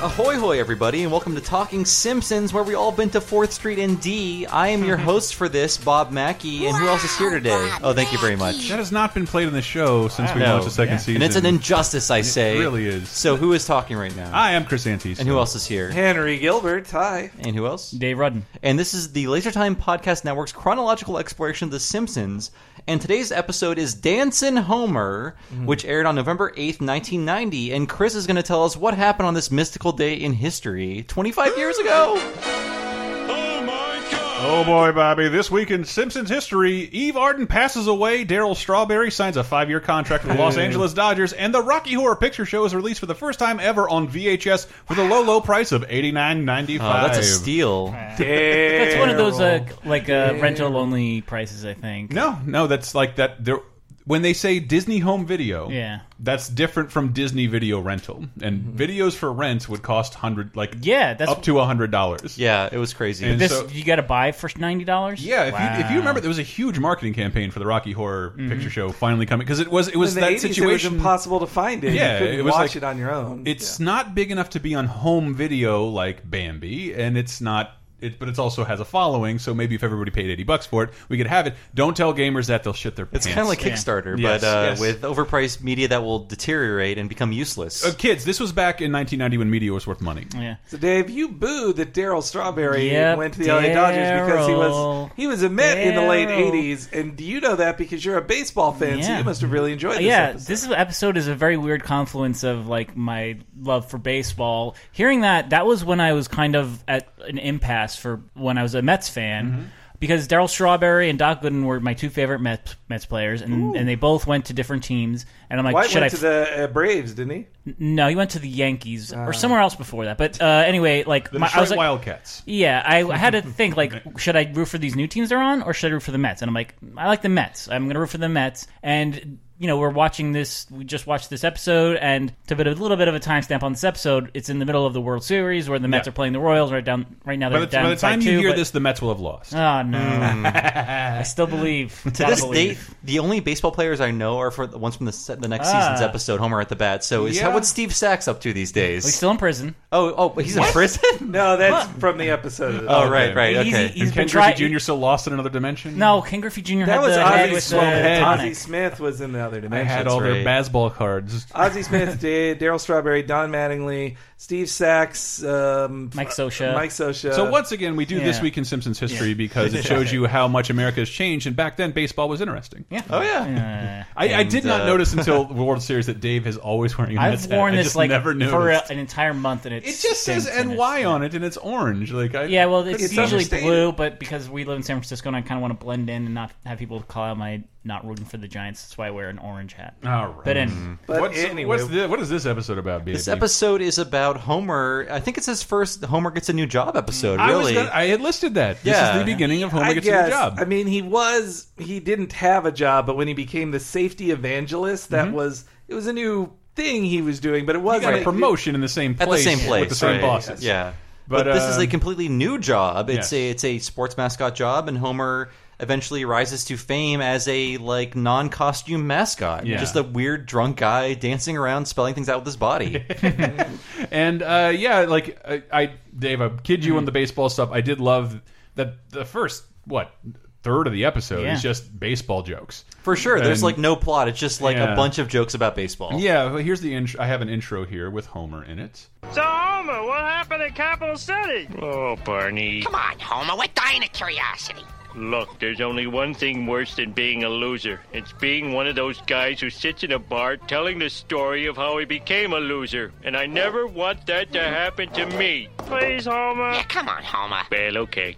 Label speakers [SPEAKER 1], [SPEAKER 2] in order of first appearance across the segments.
[SPEAKER 1] Ahoy, hoy, everybody, and welcome to Talking Simpsons, where we all been to 4th Street and D. I am your host for this, Bob Mackey, and who else is here today? oh, thank you very much.
[SPEAKER 2] That has not been played on the show since we
[SPEAKER 1] No.
[SPEAKER 2] launched the second
[SPEAKER 1] Yeah.
[SPEAKER 2] season.
[SPEAKER 1] And it's an injustice, I say.
[SPEAKER 2] really is. Ah,
[SPEAKER 1] So, who is talking right now?
[SPEAKER 2] I am Chris Antis.
[SPEAKER 1] and who else is here?
[SPEAKER 3] Henry Gilbert, hi.
[SPEAKER 1] And who else?
[SPEAKER 4] Dave Rudden.
[SPEAKER 1] And this is the Laser Time Podcast Network's chronological exploration of The Simpsons. And today's episode is Dancin' Homer, which aired on November 8th, 1990. And Chris is going to tell us what happened on this mystical day in history 25 years ago.
[SPEAKER 2] Oh boy, Bobby! This week in Simpsons history, Eve Arden passes away. Daryl Strawberry signs a five-year contract with the Los Angeles Dodgers, and the Rocky Horror Picture Show is released for the first time ever on VHS for the low, low price of eighty-nine
[SPEAKER 1] Oh,
[SPEAKER 2] ninety-five.
[SPEAKER 1] that's a steal.
[SPEAKER 4] That's one of those uh, like uh, rental only prices, I think.
[SPEAKER 2] No, no, that's like that. There, when they say Disney Home Video,
[SPEAKER 4] Yeah.
[SPEAKER 2] that's different from Disney Video Rental. And
[SPEAKER 1] Mm-hmm.
[SPEAKER 2] videos for rent would cost hundred, like
[SPEAKER 4] Yeah, that's
[SPEAKER 2] up to a hundred dollars.
[SPEAKER 1] Yeah, it was crazy.
[SPEAKER 2] And
[SPEAKER 4] this.
[SPEAKER 2] so-
[SPEAKER 4] you got to buy for ninety dollars.
[SPEAKER 2] Yeah, if, you, if you remember, there was a huge marketing campaign for the Rocky Horror
[SPEAKER 4] Mm-hmm.
[SPEAKER 2] Picture Show finally coming because it was it was
[SPEAKER 3] In the
[SPEAKER 2] that
[SPEAKER 3] 80s,
[SPEAKER 2] situation.
[SPEAKER 3] it was impossible to find it.
[SPEAKER 2] Yeah,
[SPEAKER 3] you couldn't
[SPEAKER 2] it was
[SPEAKER 3] watch
[SPEAKER 2] like-
[SPEAKER 3] it on your own.
[SPEAKER 2] It's not big enough to be on home video like Bambi, and it's not. It, but it also has a following, so maybe if everybody paid eighty bucks for it, we could have it. Don't tell gamers that; they'll shit their
[SPEAKER 1] it's
[SPEAKER 2] pants.
[SPEAKER 1] kind of like Kickstarter,
[SPEAKER 2] Yes,
[SPEAKER 1] but uh,
[SPEAKER 2] yes.
[SPEAKER 1] with overpriced media that will deteriorate and become useless.
[SPEAKER 2] Uh, kids, this was back in 1990 when media was worth money.
[SPEAKER 4] Yeah.
[SPEAKER 3] So Dave, you booed that Daryl Strawberry
[SPEAKER 4] Yep,
[SPEAKER 3] went to the LA Dodgers because he was
[SPEAKER 4] Daryl.
[SPEAKER 3] he was a Met in the late
[SPEAKER 4] Daryl.
[SPEAKER 3] '80s, and you know that because you're a baseball fan, so
[SPEAKER 4] Yeah.
[SPEAKER 3] you must have really enjoyed this.
[SPEAKER 4] Uh, yeah,
[SPEAKER 3] episode.
[SPEAKER 4] this episode is a very weird confluence of like my love for baseball. Hearing that, that was when I was kind of at an impasse for when I was a Mets fan.
[SPEAKER 3] Mm-hmm.
[SPEAKER 4] Because Daryl Strawberry and Doc Gooden were my two favorite Mets, Mets players, and, and they both went to different teams. And I'm like,
[SPEAKER 3] White
[SPEAKER 4] should
[SPEAKER 3] went
[SPEAKER 4] I
[SPEAKER 3] to the uh, Braves, didn't he?
[SPEAKER 4] No, he went to the Yankees
[SPEAKER 3] Ah.
[SPEAKER 4] or somewhere else before that. But uh, anyway, like
[SPEAKER 2] The
[SPEAKER 4] my, I
[SPEAKER 2] Detroit
[SPEAKER 4] was like,
[SPEAKER 2] Wildcats.
[SPEAKER 4] yeah, I had to think like, should I root for these new teams they're on, or should I root for the Mets? And I'm like, I like the Mets. I'm gonna root for the Mets. And you know, we're watching this. We just watched this episode, and to put a little bit of a timestamp on this episode, it's in the middle of the World Series where the Mets
[SPEAKER 2] Yeah.
[SPEAKER 4] are playing the Royals right down right now. They're
[SPEAKER 2] By the,
[SPEAKER 4] down
[SPEAKER 2] by the time you
[SPEAKER 4] 5-2,
[SPEAKER 2] hear
[SPEAKER 4] but-
[SPEAKER 2] this, Hmm. the Mets will have lost.
[SPEAKER 4] oh no, I still believe.
[SPEAKER 1] to this date, the only baseball players I know are for the ones from the, se- the next
[SPEAKER 4] Ah.
[SPEAKER 1] season's episode, Homer at the bat. So, is
[SPEAKER 2] Yeah.
[SPEAKER 1] how what's Steve Sachs up to these days?
[SPEAKER 4] he's still in prison.
[SPEAKER 1] oh, oh, but he's in
[SPEAKER 4] Hmm.
[SPEAKER 1] prison.
[SPEAKER 3] No, that's from the episode.
[SPEAKER 1] Oh,
[SPEAKER 2] Okay.
[SPEAKER 1] right, right,
[SPEAKER 4] He's-
[SPEAKER 1] okay.
[SPEAKER 4] he's
[SPEAKER 2] Ken
[SPEAKER 4] been trying.
[SPEAKER 2] Griffey Jr. still lost in another dimension.
[SPEAKER 4] no, Ken Griffey Jr.
[SPEAKER 3] that
[SPEAKER 4] had
[SPEAKER 3] was
[SPEAKER 4] the head
[SPEAKER 3] Ozzy
[SPEAKER 4] with the
[SPEAKER 3] Smith. Ozzy
[SPEAKER 4] tonic.
[SPEAKER 3] Smith was in the other
[SPEAKER 2] I
[SPEAKER 3] dimension.
[SPEAKER 2] had all
[SPEAKER 1] right.
[SPEAKER 2] their baseball cards.
[SPEAKER 3] Ozzy Smith, Da- Daryl Strawberry, Don Mattingly, Steve Sachs, um,
[SPEAKER 4] Mike Scioscia.
[SPEAKER 3] Mike Sosha.
[SPEAKER 1] Uh,
[SPEAKER 2] So once again, we do this
[SPEAKER 4] yeah.
[SPEAKER 2] week in Simpsons history because it shows you how much America has changed. And back then, baseball was interesting.
[SPEAKER 4] Yeah.
[SPEAKER 1] Oh yeah.
[SPEAKER 4] Uh,
[SPEAKER 2] I, I did
[SPEAKER 1] And,
[SPEAKER 2] not
[SPEAKER 1] uh,
[SPEAKER 2] notice until the World Series that Dave is always wearing a Mets
[SPEAKER 4] I've
[SPEAKER 2] hat.
[SPEAKER 4] worn
[SPEAKER 2] I
[SPEAKER 4] this
[SPEAKER 2] just
[SPEAKER 4] like
[SPEAKER 2] never
[SPEAKER 4] for a,
[SPEAKER 2] noticed.
[SPEAKER 4] an entire month, and it's
[SPEAKER 2] it just says NY on it, and it's orange. Like I,
[SPEAKER 4] Yeah, well, it's,
[SPEAKER 3] It's
[SPEAKER 4] usually
[SPEAKER 3] understated.
[SPEAKER 4] blue, but because we live in San Francisco, and I kind of want to blend in and not have people call out my not rooting for the Giants. That's why I wear an orange hat.
[SPEAKER 2] All right.
[SPEAKER 4] But in
[SPEAKER 3] But
[SPEAKER 2] what's,
[SPEAKER 3] anyway-
[SPEAKER 2] what's the, what is this episode about, baby?
[SPEAKER 1] This episode is about Homer. I think it's his first Homer gets a new job episode.
[SPEAKER 2] I, was
[SPEAKER 1] really,
[SPEAKER 2] gonna- I had listed that. This
[SPEAKER 1] Yeah.
[SPEAKER 2] is the beginning of Homer
[SPEAKER 3] I
[SPEAKER 2] gets
[SPEAKER 3] guess.
[SPEAKER 2] a new job.
[SPEAKER 3] I mean, he was he didn't have a job, but when he became the safety evangelist, that was it was a new thing he was doing, but it
[SPEAKER 2] Mm-hmm. he got
[SPEAKER 3] wasn't
[SPEAKER 2] a promotion in the same
[SPEAKER 1] at
[SPEAKER 2] place,
[SPEAKER 1] the same place
[SPEAKER 2] with the same
[SPEAKER 1] right?
[SPEAKER 2] bosses.
[SPEAKER 1] Yeah, but,
[SPEAKER 2] But,
[SPEAKER 1] this is
[SPEAKER 2] uh,
[SPEAKER 1] a completely new job. It's
[SPEAKER 2] yes.
[SPEAKER 1] a it's a sports mascot job, and Homer eventually rises to fame as a like non-costume mascot,
[SPEAKER 2] Yeah.
[SPEAKER 1] just a weird drunk guy dancing around, spelling things out with his body.
[SPEAKER 2] And uh, yeah, like I, I, Dave, I kid
[SPEAKER 3] Hmm.
[SPEAKER 2] you on the baseball stuff. I did love that the first what third of the episode
[SPEAKER 4] Yeah.
[SPEAKER 2] is just baseball jokes.
[SPEAKER 1] For sure, there's
[SPEAKER 2] And-
[SPEAKER 1] like no plot. It's just like a
[SPEAKER 2] Yeah.
[SPEAKER 1] bunch of jokes about
[SPEAKER 3] Oh.
[SPEAKER 1] baseball.
[SPEAKER 2] Yeah, well, here's the intro. I have an intro here with Homer in it.
[SPEAKER 5] So, Homer, what happened at Capital City?
[SPEAKER 6] Oh, Barney.
[SPEAKER 7] Come on, Homer, we're dying of curiosity.
[SPEAKER 6] Look, there's only one thing worse than being a loser. It's being one of those guys who sits in a bar telling the story of how he became a loser. And I never want that to happen to me.
[SPEAKER 5] Please, Homer.
[SPEAKER 7] Yeah, come on, Homer.
[SPEAKER 6] Well, okay.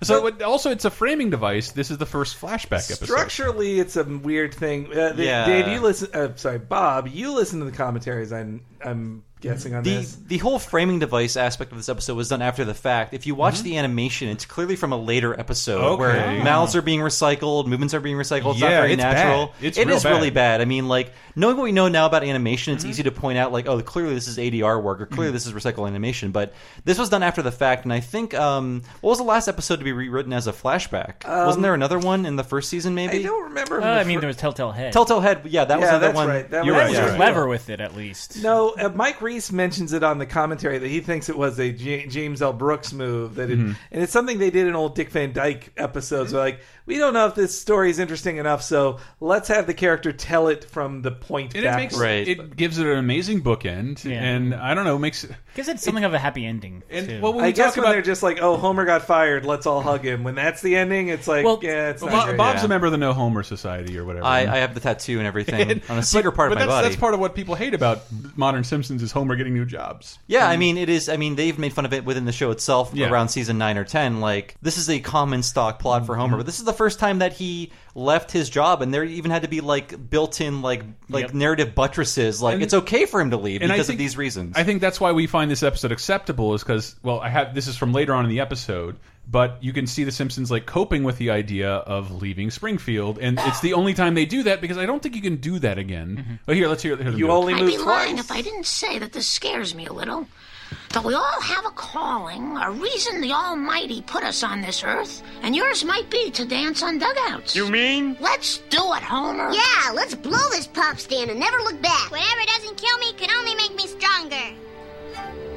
[SPEAKER 2] So it, also, it's a framing device. This is the first flashback episode.
[SPEAKER 3] Structurally, it's a weird thing. Uh, the-
[SPEAKER 1] Yeah.
[SPEAKER 3] Dave, you listen. Uh, sorry, Bob, you listen to the commentaries. I'm I'm guessing on
[SPEAKER 1] The,
[SPEAKER 3] this.
[SPEAKER 1] the whole framing device aspect of this episode was done after the fact. If you watch the animation, it's clearly from a later episode
[SPEAKER 2] Mm-hmm. Okay.
[SPEAKER 1] where
[SPEAKER 3] Oh.
[SPEAKER 1] mouths are being recycled, movements are being recycled. It's
[SPEAKER 2] Yeah,
[SPEAKER 1] not very
[SPEAKER 2] it's
[SPEAKER 1] natural.
[SPEAKER 2] bad. Mm-hmm. It's
[SPEAKER 1] It
[SPEAKER 2] real
[SPEAKER 1] is really bad. I mean, like knowing what we know now about animation, it's easy to point out like, oh, clearly this is ADR work or
[SPEAKER 2] Mm-hmm.
[SPEAKER 1] clearly this is recycled animation. But this was done after the fact, and I think um, what was the last episode to be rewritten as a flashback? Wasn't there another one in the first season? Maybe
[SPEAKER 3] Um, I don't remember.
[SPEAKER 2] Uh,
[SPEAKER 4] Oh, I mean, there was Telltale Head.
[SPEAKER 1] Telltale Head. Yeah, that was
[SPEAKER 3] yeah,
[SPEAKER 1] another
[SPEAKER 3] that's
[SPEAKER 1] one.
[SPEAKER 3] right. That
[SPEAKER 2] You're
[SPEAKER 3] was
[SPEAKER 2] right,
[SPEAKER 4] was
[SPEAKER 2] you're right.
[SPEAKER 3] another one.
[SPEAKER 4] clever with it, at least.
[SPEAKER 3] No, So uh, Mike Reese mentions it on the commentary that he thinks it was a J- James L. Brooks move that, it,
[SPEAKER 2] Mm-hmm.
[SPEAKER 3] and it's something they did in old Dick Van Dyke episodes. Where like we don't know if this story is interesting enough, so let's have the character tell it from the point.
[SPEAKER 2] And it
[SPEAKER 3] backwards.
[SPEAKER 2] makes
[SPEAKER 1] Right.
[SPEAKER 2] it gives it an amazing bookend,
[SPEAKER 4] Yeah.
[SPEAKER 2] and I don't know, makes it.
[SPEAKER 4] Gives it something of a happy ending.
[SPEAKER 2] And
[SPEAKER 4] too.
[SPEAKER 2] well, when we
[SPEAKER 3] I guess
[SPEAKER 2] talk
[SPEAKER 3] when
[SPEAKER 2] about
[SPEAKER 3] they're just like, "Oh, Homer got fired. Let's all hug him." When that's the ending, it's like,
[SPEAKER 4] Well,
[SPEAKER 3] "Yeah, it's
[SPEAKER 2] Bo-
[SPEAKER 3] not great.
[SPEAKER 2] Bob's
[SPEAKER 1] Yeah.
[SPEAKER 2] a member of the No Homer Society or whatever.
[SPEAKER 1] I, I have the tattoo and everything on a secret
[SPEAKER 2] but,
[SPEAKER 1] part
[SPEAKER 2] but
[SPEAKER 1] of my
[SPEAKER 2] that's,
[SPEAKER 1] body.
[SPEAKER 2] That's part of what people hate about modern Simpsons is Homer getting new jobs.
[SPEAKER 1] Yeah, I mean, it is. I mean, they've made fun of it within the show itself
[SPEAKER 2] Mm-hmm. Yeah.
[SPEAKER 1] around season nine or ten. Like, this is a common stock plot for
[SPEAKER 2] Mm-hmm.
[SPEAKER 1] Homer, but this is the first time that he left his job, and there even had to be like built-in like like
[SPEAKER 4] Yep.
[SPEAKER 1] narrative buttresses. Like, it's okay for him to leave
[SPEAKER 2] and I
[SPEAKER 1] because
[SPEAKER 2] think-
[SPEAKER 1] of these reasons.
[SPEAKER 2] I think that's why we find this episode acceptable is because well, I have this is from later on in the episode, but you can see the Simpsons like coping with the idea of leaving Springfield, and it's the only time they do that because I don't think you can do that again. Oh, here, let's hear. hear them
[SPEAKER 3] you
[SPEAKER 2] do it.
[SPEAKER 3] only
[SPEAKER 8] I'd be
[SPEAKER 3] move
[SPEAKER 8] lying
[SPEAKER 3] twice."
[SPEAKER 8] if I didn't say that this scares me a little. That we all have a calling, a reason the Almighty put us on this earth, and yours might be to dance on dugouts.
[SPEAKER 6] You mean?
[SPEAKER 8] Let's do it, Homer.
[SPEAKER 9] Yeah, let's blow this pop stand and never look back. Whatever doesn't kill me can only make me stronger.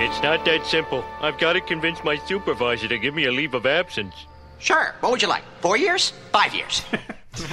[SPEAKER 6] It's not that simple. I've got to convince my supervisor to give me a leave of absence.
[SPEAKER 7] Sure. What would you like? Four years? Five years?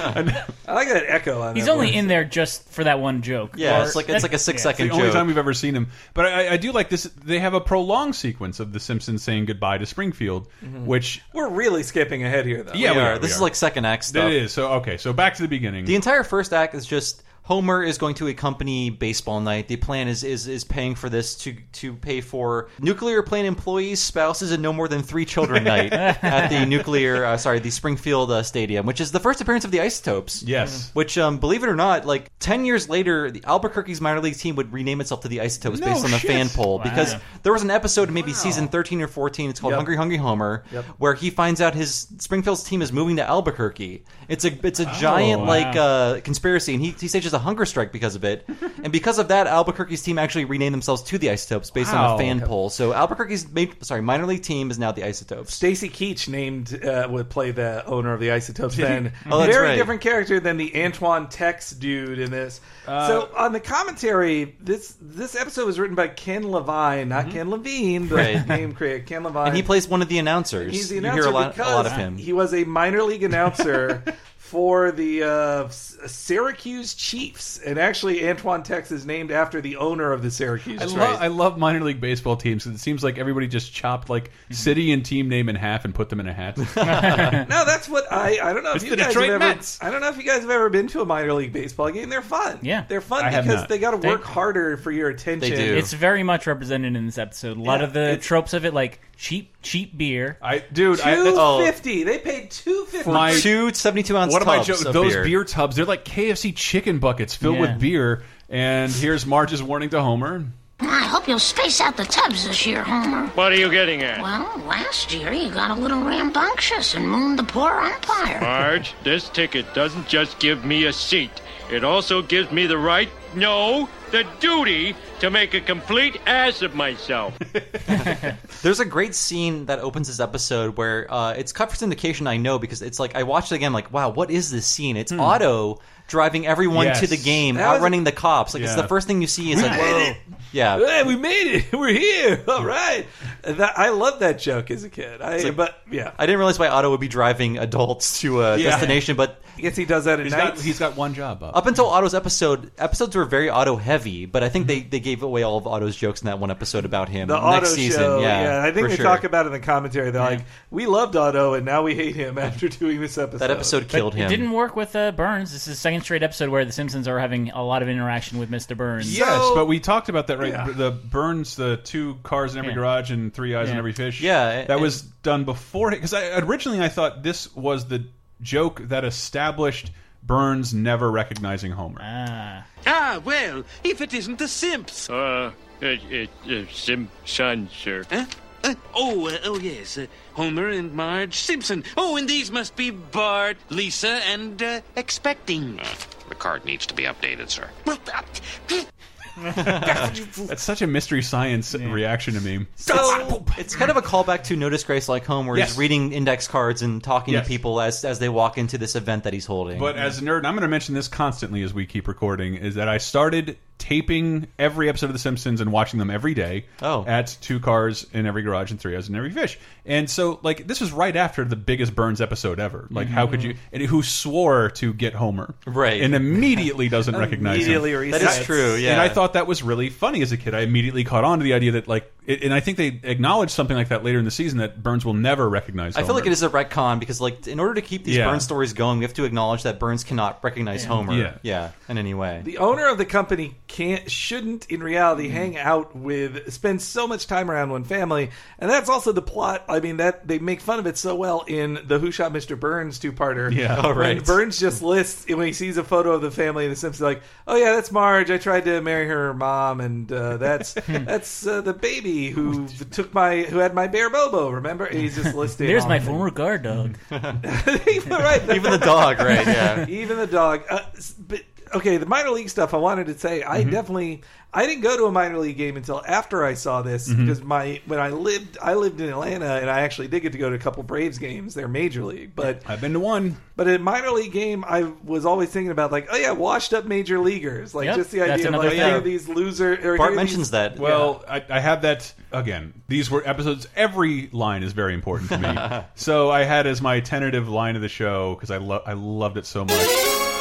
[SPEAKER 3] I like that echo on
[SPEAKER 4] he's
[SPEAKER 3] that
[SPEAKER 4] only
[SPEAKER 3] one.
[SPEAKER 4] in there just for that one joke.
[SPEAKER 1] yeah,
[SPEAKER 4] Or-
[SPEAKER 1] it's like it's like a six-second
[SPEAKER 2] the only
[SPEAKER 1] joke.
[SPEAKER 2] time we've ever seen him. But I, I do like this. They have a prolonged sequence of the Simpsons saying goodbye to Springfield,
[SPEAKER 1] Mm-hmm.
[SPEAKER 2] which
[SPEAKER 3] We're really skipping ahead here, though.
[SPEAKER 2] yeah,
[SPEAKER 1] We
[SPEAKER 2] we
[SPEAKER 1] are.
[SPEAKER 2] we
[SPEAKER 1] This is
[SPEAKER 2] are.
[SPEAKER 1] like second act stuff.
[SPEAKER 2] It is. So okay. So back to the beginning.
[SPEAKER 1] The entire first act is just Homer is going to accompany baseball night. The plan is is, is paying for this to to pay for nuclear plant employees, spouses, and no more than three children night at the nuclear uh, sorry the Springfield uh, Stadium, which is the first appearance of the Isotopes.
[SPEAKER 2] yes.
[SPEAKER 1] Which, um, believe it or not, like ten years later, the Albuquerque's minor league team would rename itself to the Isotopes
[SPEAKER 2] No
[SPEAKER 1] based on a
[SPEAKER 2] shit.
[SPEAKER 1] fan poll because
[SPEAKER 4] Wow.
[SPEAKER 1] there was an episode, maybe season thirteen or fourteen. It's called
[SPEAKER 3] Yep.
[SPEAKER 1] Hungry Hungry Homer, where he finds out his Springfield's team is moving to Albuquerque. It's a it's a giant
[SPEAKER 2] wow.
[SPEAKER 1] like uh, conspiracy, and he, he stages a hunger strike because of it. and because of that, Albuquerque's team actually renamed themselves to the Isotopes based on
[SPEAKER 2] Wow.
[SPEAKER 1] a fan poll. So Albuquerque's ma- sorry minor league team is now the Isotopes.
[SPEAKER 3] Stacy Keach named uh, would play the owner of the Isotopes then.
[SPEAKER 1] Oh, that's
[SPEAKER 3] Very
[SPEAKER 1] right.
[SPEAKER 3] different character than the Antoine Tex dude in this.
[SPEAKER 1] Uh,
[SPEAKER 3] so on the commentary, this this episode was written by Ken Levine, not Ken Levine, the
[SPEAKER 1] Mm-hmm. Right.
[SPEAKER 3] name creator Ken Levine.
[SPEAKER 1] And he plays one of the announcers.
[SPEAKER 3] He's the
[SPEAKER 1] You
[SPEAKER 3] announcer
[SPEAKER 1] hear a lot, a
[SPEAKER 3] because
[SPEAKER 1] lot of him.
[SPEAKER 3] he was a minor league announcer for the uh, S- Syracuse Chiefs, and actually Antoine Tex is named after the owner of the Syracuse.
[SPEAKER 2] I
[SPEAKER 3] Chiefs.
[SPEAKER 2] love, I love minor league baseball teams 'cause it seems like everybody just chopped like
[SPEAKER 1] Mm-hmm.
[SPEAKER 2] city and team name in half and put them in a hat.
[SPEAKER 3] No, that's what I. I don't know if
[SPEAKER 2] It's
[SPEAKER 3] you
[SPEAKER 2] the
[SPEAKER 3] guys
[SPEAKER 2] Detroit
[SPEAKER 3] have ever.
[SPEAKER 2] Mets.
[SPEAKER 3] I don't know if you guys have ever been to a minor league baseball game. They're fun.
[SPEAKER 4] Yeah.
[SPEAKER 3] they're fun
[SPEAKER 2] I have
[SPEAKER 3] because
[SPEAKER 2] not.
[SPEAKER 3] they got to
[SPEAKER 4] They-
[SPEAKER 3] work harder for your attention.
[SPEAKER 1] They do.
[SPEAKER 4] It's very much represented in this episode. A lot
[SPEAKER 3] Yeah,
[SPEAKER 4] of the
[SPEAKER 3] it's-
[SPEAKER 4] tropes of it, like cheap, cheap beer.
[SPEAKER 2] I dude, I, that's-
[SPEAKER 3] Two fifty. They paid two fifty.
[SPEAKER 2] My-
[SPEAKER 1] two 72 ounce
[SPEAKER 2] what am I
[SPEAKER 1] tubs
[SPEAKER 2] joking?
[SPEAKER 1] of
[SPEAKER 2] Those beer. tubs, they're like KFC chicken buckets filled
[SPEAKER 4] Yeah.
[SPEAKER 2] with beer. And here's Marge's warning to Homer.
[SPEAKER 8] I hope you'll space out the tubs this year, Homer.
[SPEAKER 6] What are you getting at?
[SPEAKER 8] Well, last year you got a little rambunctious and mooned the poor
[SPEAKER 10] Uh.
[SPEAKER 8] umpire.
[SPEAKER 6] Marge, this ticket doesn't just give me a seat, it also gives me the right, no, the duty to make a complete ass of myself.
[SPEAKER 1] There's a great scene that opens this episode where uh, it's cut for syndication. I know because it's like I watched it again. Like, wow, what is this scene? It's Otto driving everyone to
[SPEAKER 2] Yes.
[SPEAKER 1] the game,
[SPEAKER 3] That was-
[SPEAKER 1] outrunning the cops. Like, it's
[SPEAKER 2] Yeah.
[SPEAKER 1] the first thing you see. It's like, whoa, yeah.
[SPEAKER 3] Hey, we made it. We're here. All right. That, I love that joke as a kid. I but yeah,
[SPEAKER 1] I didn't realize why Otto would be driving adults to a
[SPEAKER 2] Yeah.
[SPEAKER 1] destination, but
[SPEAKER 3] I guess he does that at
[SPEAKER 2] He's
[SPEAKER 3] night.
[SPEAKER 2] got, he's got one job up.
[SPEAKER 1] up until Otto's episode, episodes were very Otto heavy. But I think they, they gave away all of Otto's jokes in that one episode about him.
[SPEAKER 3] the
[SPEAKER 1] Next
[SPEAKER 3] auto
[SPEAKER 1] season,
[SPEAKER 3] show.
[SPEAKER 1] yeah,
[SPEAKER 3] I think
[SPEAKER 1] for
[SPEAKER 3] they
[SPEAKER 1] sure.
[SPEAKER 3] talk about it in the commentary. They're like, "We loved Otto, and now we hate him after doing this episode."
[SPEAKER 1] that episode killed
[SPEAKER 4] But
[SPEAKER 1] him.
[SPEAKER 4] It didn't work with uh, Burns. This is the second straight episode where the Simpsons are having a lot of interaction with Mr. Burns.
[SPEAKER 2] Yes,
[SPEAKER 3] So-
[SPEAKER 2] but we talked about that, right?
[SPEAKER 3] Yeah.
[SPEAKER 2] The Burns, the two cars in every
[SPEAKER 4] Yeah.
[SPEAKER 2] garage and three eyes in
[SPEAKER 4] Yeah.
[SPEAKER 2] every fish.
[SPEAKER 1] Yeah, it-
[SPEAKER 2] that was done before because I, originally I thought this was the joke that established Burns never recognizing Homer.
[SPEAKER 4] Ah.
[SPEAKER 11] Ah, well, if it isn't the Simps.
[SPEAKER 6] Uh, it, it, uh, Simpson, sir.
[SPEAKER 11] Huh? Uh, oh, uh, oh yes, uh, Homer and Marge Simpson. Oh, and these must be Bart, Lisa, and uh, expecting.
[SPEAKER 12] The card needs to be updated, sir.
[SPEAKER 11] Well, uh,
[SPEAKER 2] That's such a mystery science reaction to me.
[SPEAKER 1] So it's kind of a callback to No Disgrace Like Home, where
[SPEAKER 2] Yes.
[SPEAKER 1] he's reading index cards and talking
[SPEAKER 2] Yes.
[SPEAKER 1] to people as as they walk into this event that he's holding.
[SPEAKER 2] But as a nerd, I'm going to mention this constantly as we keep recording: is that I started taping every episode of The Simpsons and watching them every day. Oh, at two cars in every garage and three eyes in every fish. And so, like, this was right after the biggest Burns episode ever. Like, how could you? And who swore to get Homer?
[SPEAKER 1] Mm-hmm. Right.
[SPEAKER 2] And immediately doesn't recognize
[SPEAKER 1] Immediately
[SPEAKER 2] him.
[SPEAKER 1] That is resets. true,
[SPEAKER 2] And
[SPEAKER 1] yeah.
[SPEAKER 2] I thought that was really funny as a kid. I immediately caught on to the idea that like, it, and I think they acknowledged something like that later in the season that Burns will never recognize.
[SPEAKER 1] I feel
[SPEAKER 2] Homer.
[SPEAKER 1] like it is a retcon because, like, in order to keep these
[SPEAKER 2] Yeah.
[SPEAKER 1] Burns stories going, we have to acknowledge that Burns cannot recognize
[SPEAKER 3] Yeah.
[SPEAKER 1] Homer.
[SPEAKER 2] Yeah.
[SPEAKER 1] in any way.
[SPEAKER 3] The owner of the company can't, shouldn't, in reality,
[SPEAKER 1] Mm-hmm.
[SPEAKER 3] hang out with, spend so much time around one family, and that's also the plot. I mean, that they make fun of it so well in the Who Shot Mr. Burns two-parter.
[SPEAKER 1] Yeah. Oh,
[SPEAKER 3] When
[SPEAKER 1] right.
[SPEAKER 3] Burns just lists when he sees a photo of the family in The Simpsons, like, "Oh yeah, that's Marge. I tried to marry her mom, and uh, that's
[SPEAKER 1] Hmm.
[SPEAKER 3] that's uh, the baby who took my who had my bear Bobo. Remember? He's just listing.
[SPEAKER 4] There's
[SPEAKER 3] all
[SPEAKER 4] my
[SPEAKER 3] the-
[SPEAKER 4] former guard dog.
[SPEAKER 3] right.
[SPEAKER 1] Even the dog, right, yeah.
[SPEAKER 3] Even the dog. Uh, s- but, okay, the minor league stuff. I wanted to say I
[SPEAKER 1] Mhm.
[SPEAKER 3] definitely I didn't go to a minor league game until after I saw this
[SPEAKER 1] Mhm.
[SPEAKER 3] because my when I lived I lived in Atlanta and I actually did get to go to a couple Braves games. They're major league, but
[SPEAKER 2] I've been to one.
[SPEAKER 3] But at a minor league game, I was always thinking about like, oh yeah, washed up major leaguers. Like
[SPEAKER 1] Yep,
[SPEAKER 3] just the
[SPEAKER 1] that's
[SPEAKER 3] idea of
[SPEAKER 1] another
[SPEAKER 3] like any
[SPEAKER 1] thing.
[SPEAKER 3] of these loser. Or any of these-
[SPEAKER 2] Well, I, I have that again. These were episodes. Every line is very important to me. so I had as my tentative line of the show because I lo I loved it so much.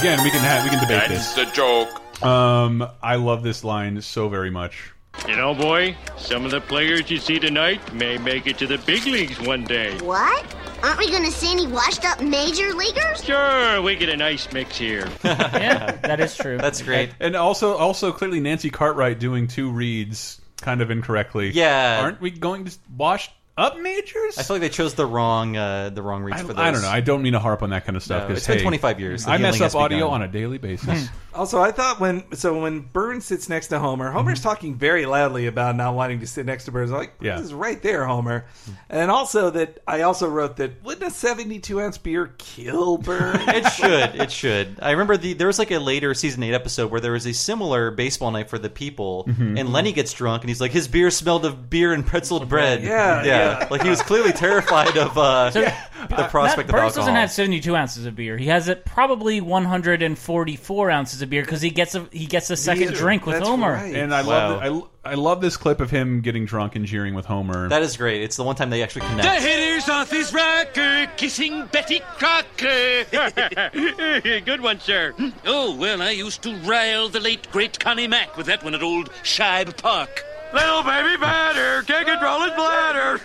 [SPEAKER 2] Again, we can have we can debate
[SPEAKER 12] That's
[SPEAKER 2] this.
[SPEAKER 12] the joke.
[SPEAKER 2] Um, I love this line so very much.
[SPEAKER 6] You know, boy, some of the players you see tonight may make it to the big leagues one day.
[SPEAKER 9] What? Aren't we gonna see any washed up major leaguers?
[SPEAKER 6] Sure, we get a nice mix here.
[SPEAKER 4] That is true.
[SPEAKER 1] That's great.
[SPEAKER 2] And also, also clearly Nancy Cartwright doing two reads kind of incorrectly.
[SPEAKER 1] Yeah.
[SPEAKER 2] aren't we going to wash up majors?
[SPEAKER 1] I feel like they chose the wrong, uh, the wrong reach for those.
[SPEAKER 2] I don't know. I don't mean to harp on that kind of stuff.
[SPEAKER 1] No,
[SPEAKER 2] 'cause,
[SPEAKER 1] it's been
[SPEAKER 2] hey,
[SPEAKER 1] 25 years. The
[SPEAKER 2] I mess
[SPEAKER 1] healing
[SPEAKER 2] up
[SPEAKER 1] has
[SPEAKER 2] audio
[SPEAKER 1] begun.
[SPEAKER 2] on a daily basis.
[SPEAKER 3] Also, I thought when so when Burns sits next to Homer,
[SPEAKER 4] Mhm.
[SPEAKER 3] Homer's talking very loudly about not wanting to sit next to Burns. I'm like,
[SPEAKER 2] Yeah.
[SPEAKER 3] this is right there, Homer.
[SPEAKER 4] Mm-hmm.
[SPEAKER 3] And also that I also wrote that wouldn't a 72 ounce beer kill Burns?
[SPEAKER 1] it should. It should. I remember the there was like a later season eight episode where there was a similar baseball night for the people,
[SPEAKER 2] Mm-hmm.
[SPEAKER 3] Mhm.
[SPEAKER 1] and Lenny gets drunk and he's like, his beer smelled of beer and pretzel bread.
[SPEAKER 4] Yeah, yeah.
[SPEAKER 1] Like he was clearly terrified of uh, the prospect
[SPEAKER 4] Matt
[SPEAKER 1] of
[SPEAKER 4] Burns
[SPEAKER 1] alcohol.
[SPEAKER 4] doesn't have 72 ounces of beer. He has it probably 144 ounces of beer because he gets a he gets a second drink with Homer.
[SPEAKER 2] And I love th- I, I love this clip of him getting drunk and jeering with Homer.
[SPEAKER 1] that is great. It's the one time they actually
[SPEAKER 11] The
[SPEAKER 1] connect.
[SPEAKER 11] hitter's off his rocker, kissing Betty Crocker. Good one, sir. Oh, well, I used to rile the late great Connie Mack with that one at old Shibe Park. Little baby batter, can't control his bladder.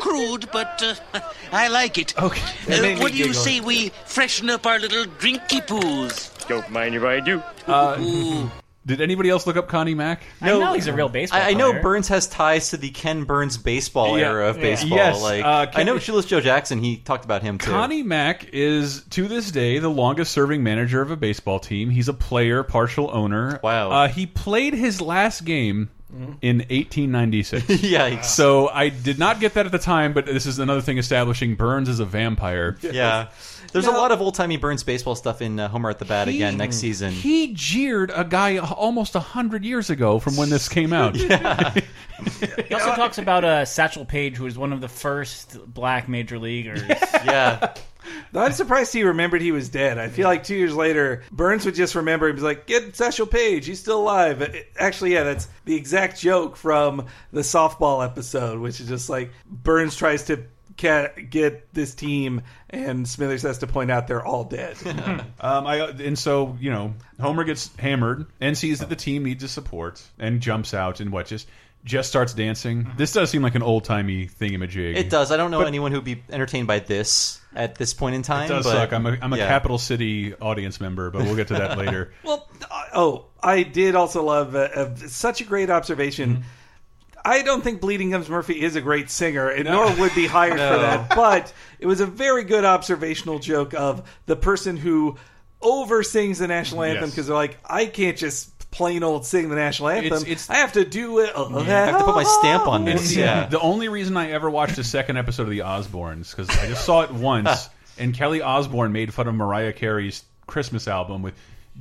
[SPEAKER 11] crude, but uh, I like it. Okay.
[SPEAKER 6] That made me
[SPEAKER 11] what do you
[SPEAKER 6] giggle.
[SPEAKER 11] say we freshen up our little drinky poos?
[SPEAKER 6] Don't mind if I do.
[SPEAKER 2] Uh,
[SPEAKER 13] Mm,
[SPEAKER 2] did anybody else look up Connie Mack?
[SPEAKER 1] I, I know Burns has ties to the Ken Burns baseball
[SPEAKER 2] Yeah.
[SPEAKER 1] era of
[SPEAKER 2] Yeah.
[SPEAKER 1] baseball.
[SPEAKER 2] Yes,
[SPEAKER 1] like
[SPEAKER 2] uh, Ken-
[SPEAKER 1] I know Shoeless Joe Jackson. He talked about him too.
[SPEAKER 2] Connie Mack is to this day the longest serving manager of a baseball team. He's a player, partial owner. Wow. Uh, he played his last game
[SPEAKER 1] Mm-hmm.
[SPEAKER 2] in 1896.
[SPEAKER 1] Yikes.
[SPEAKER 2] So I did not get that at the time, but this is another thing establishing Burns as a vampire.
[SPEAKER 1] Yeah. There's a lot of old timey Burns baseball stuff in uh, Homer at the Bat again next season.
[SPEAKER 2] He jeered a guy almost 100 years ago from when this came out.
[SPEAKER 4] He also talks about uh, Satchel Paige, who was one of the first black major leaguers.
[SPEAKER 1] yeah.
[SPEAKER 3] Though I'm surprised he remembered he was dead. I feel like two years later, Burns would just remember and be like, "Get Satchel Paige, he's still alive." It- Actually, yeah, that's the exact joke from the softball episode, which is just like Burns tries to ca- get this team, and Smithers has to point out they're all dead.
[SPEAKER 2] Um, I and so you know Homer gets hammered and sees that the team needs his support and jumps out and what just just starts dancing. This does seem like an old timey thingamajig.
[SPEAKER 1] Mm-hmm. It does. I don't know
[SPEAKER 2] But
[SPEAKER 1] anyone who'd be entertained by this at this point in time.
[SPEAKER 2] It does
[SPEAKER 1] but-
[SPEAKER 2] suck. I'm a, I'm a
[SPEAKER 1] yeah.
[SPEAKER 2] capital city audience member, but we'll get to that later.
[SPEAKER 3] well, oh, I did also love uh, uh, such a great observation.
[SPEAKER 1] Mm-hmm.
[SPEAKER 3] I don't think Bleeding Gums Murphy is a great singer, and nor would be hired
[SPEAKER 1] No.
[SPEAKER 3] for that. But it was a very good observational joke of the person who over sings the national anthem
[SPEAKER 1] Yes.
[SPEAKER 3] because they're like, I can't just plain old sing the national anthem.
[SPEAKER 2] It's- it's-
[SPEAKER 3] I have to do it.
[SPEAKER 2] Yeah.
[SPEAKER 1] I have to put my stamp on
[SPEAKER 2] It's-
[SPEAKER 1] this. Yeah.
[SPEAKER 2] The only reason I ever watched the second episode of The Osbournes because I just saw it once, and Kelly Osbourne made fun of Mariah Carey's Christmas album with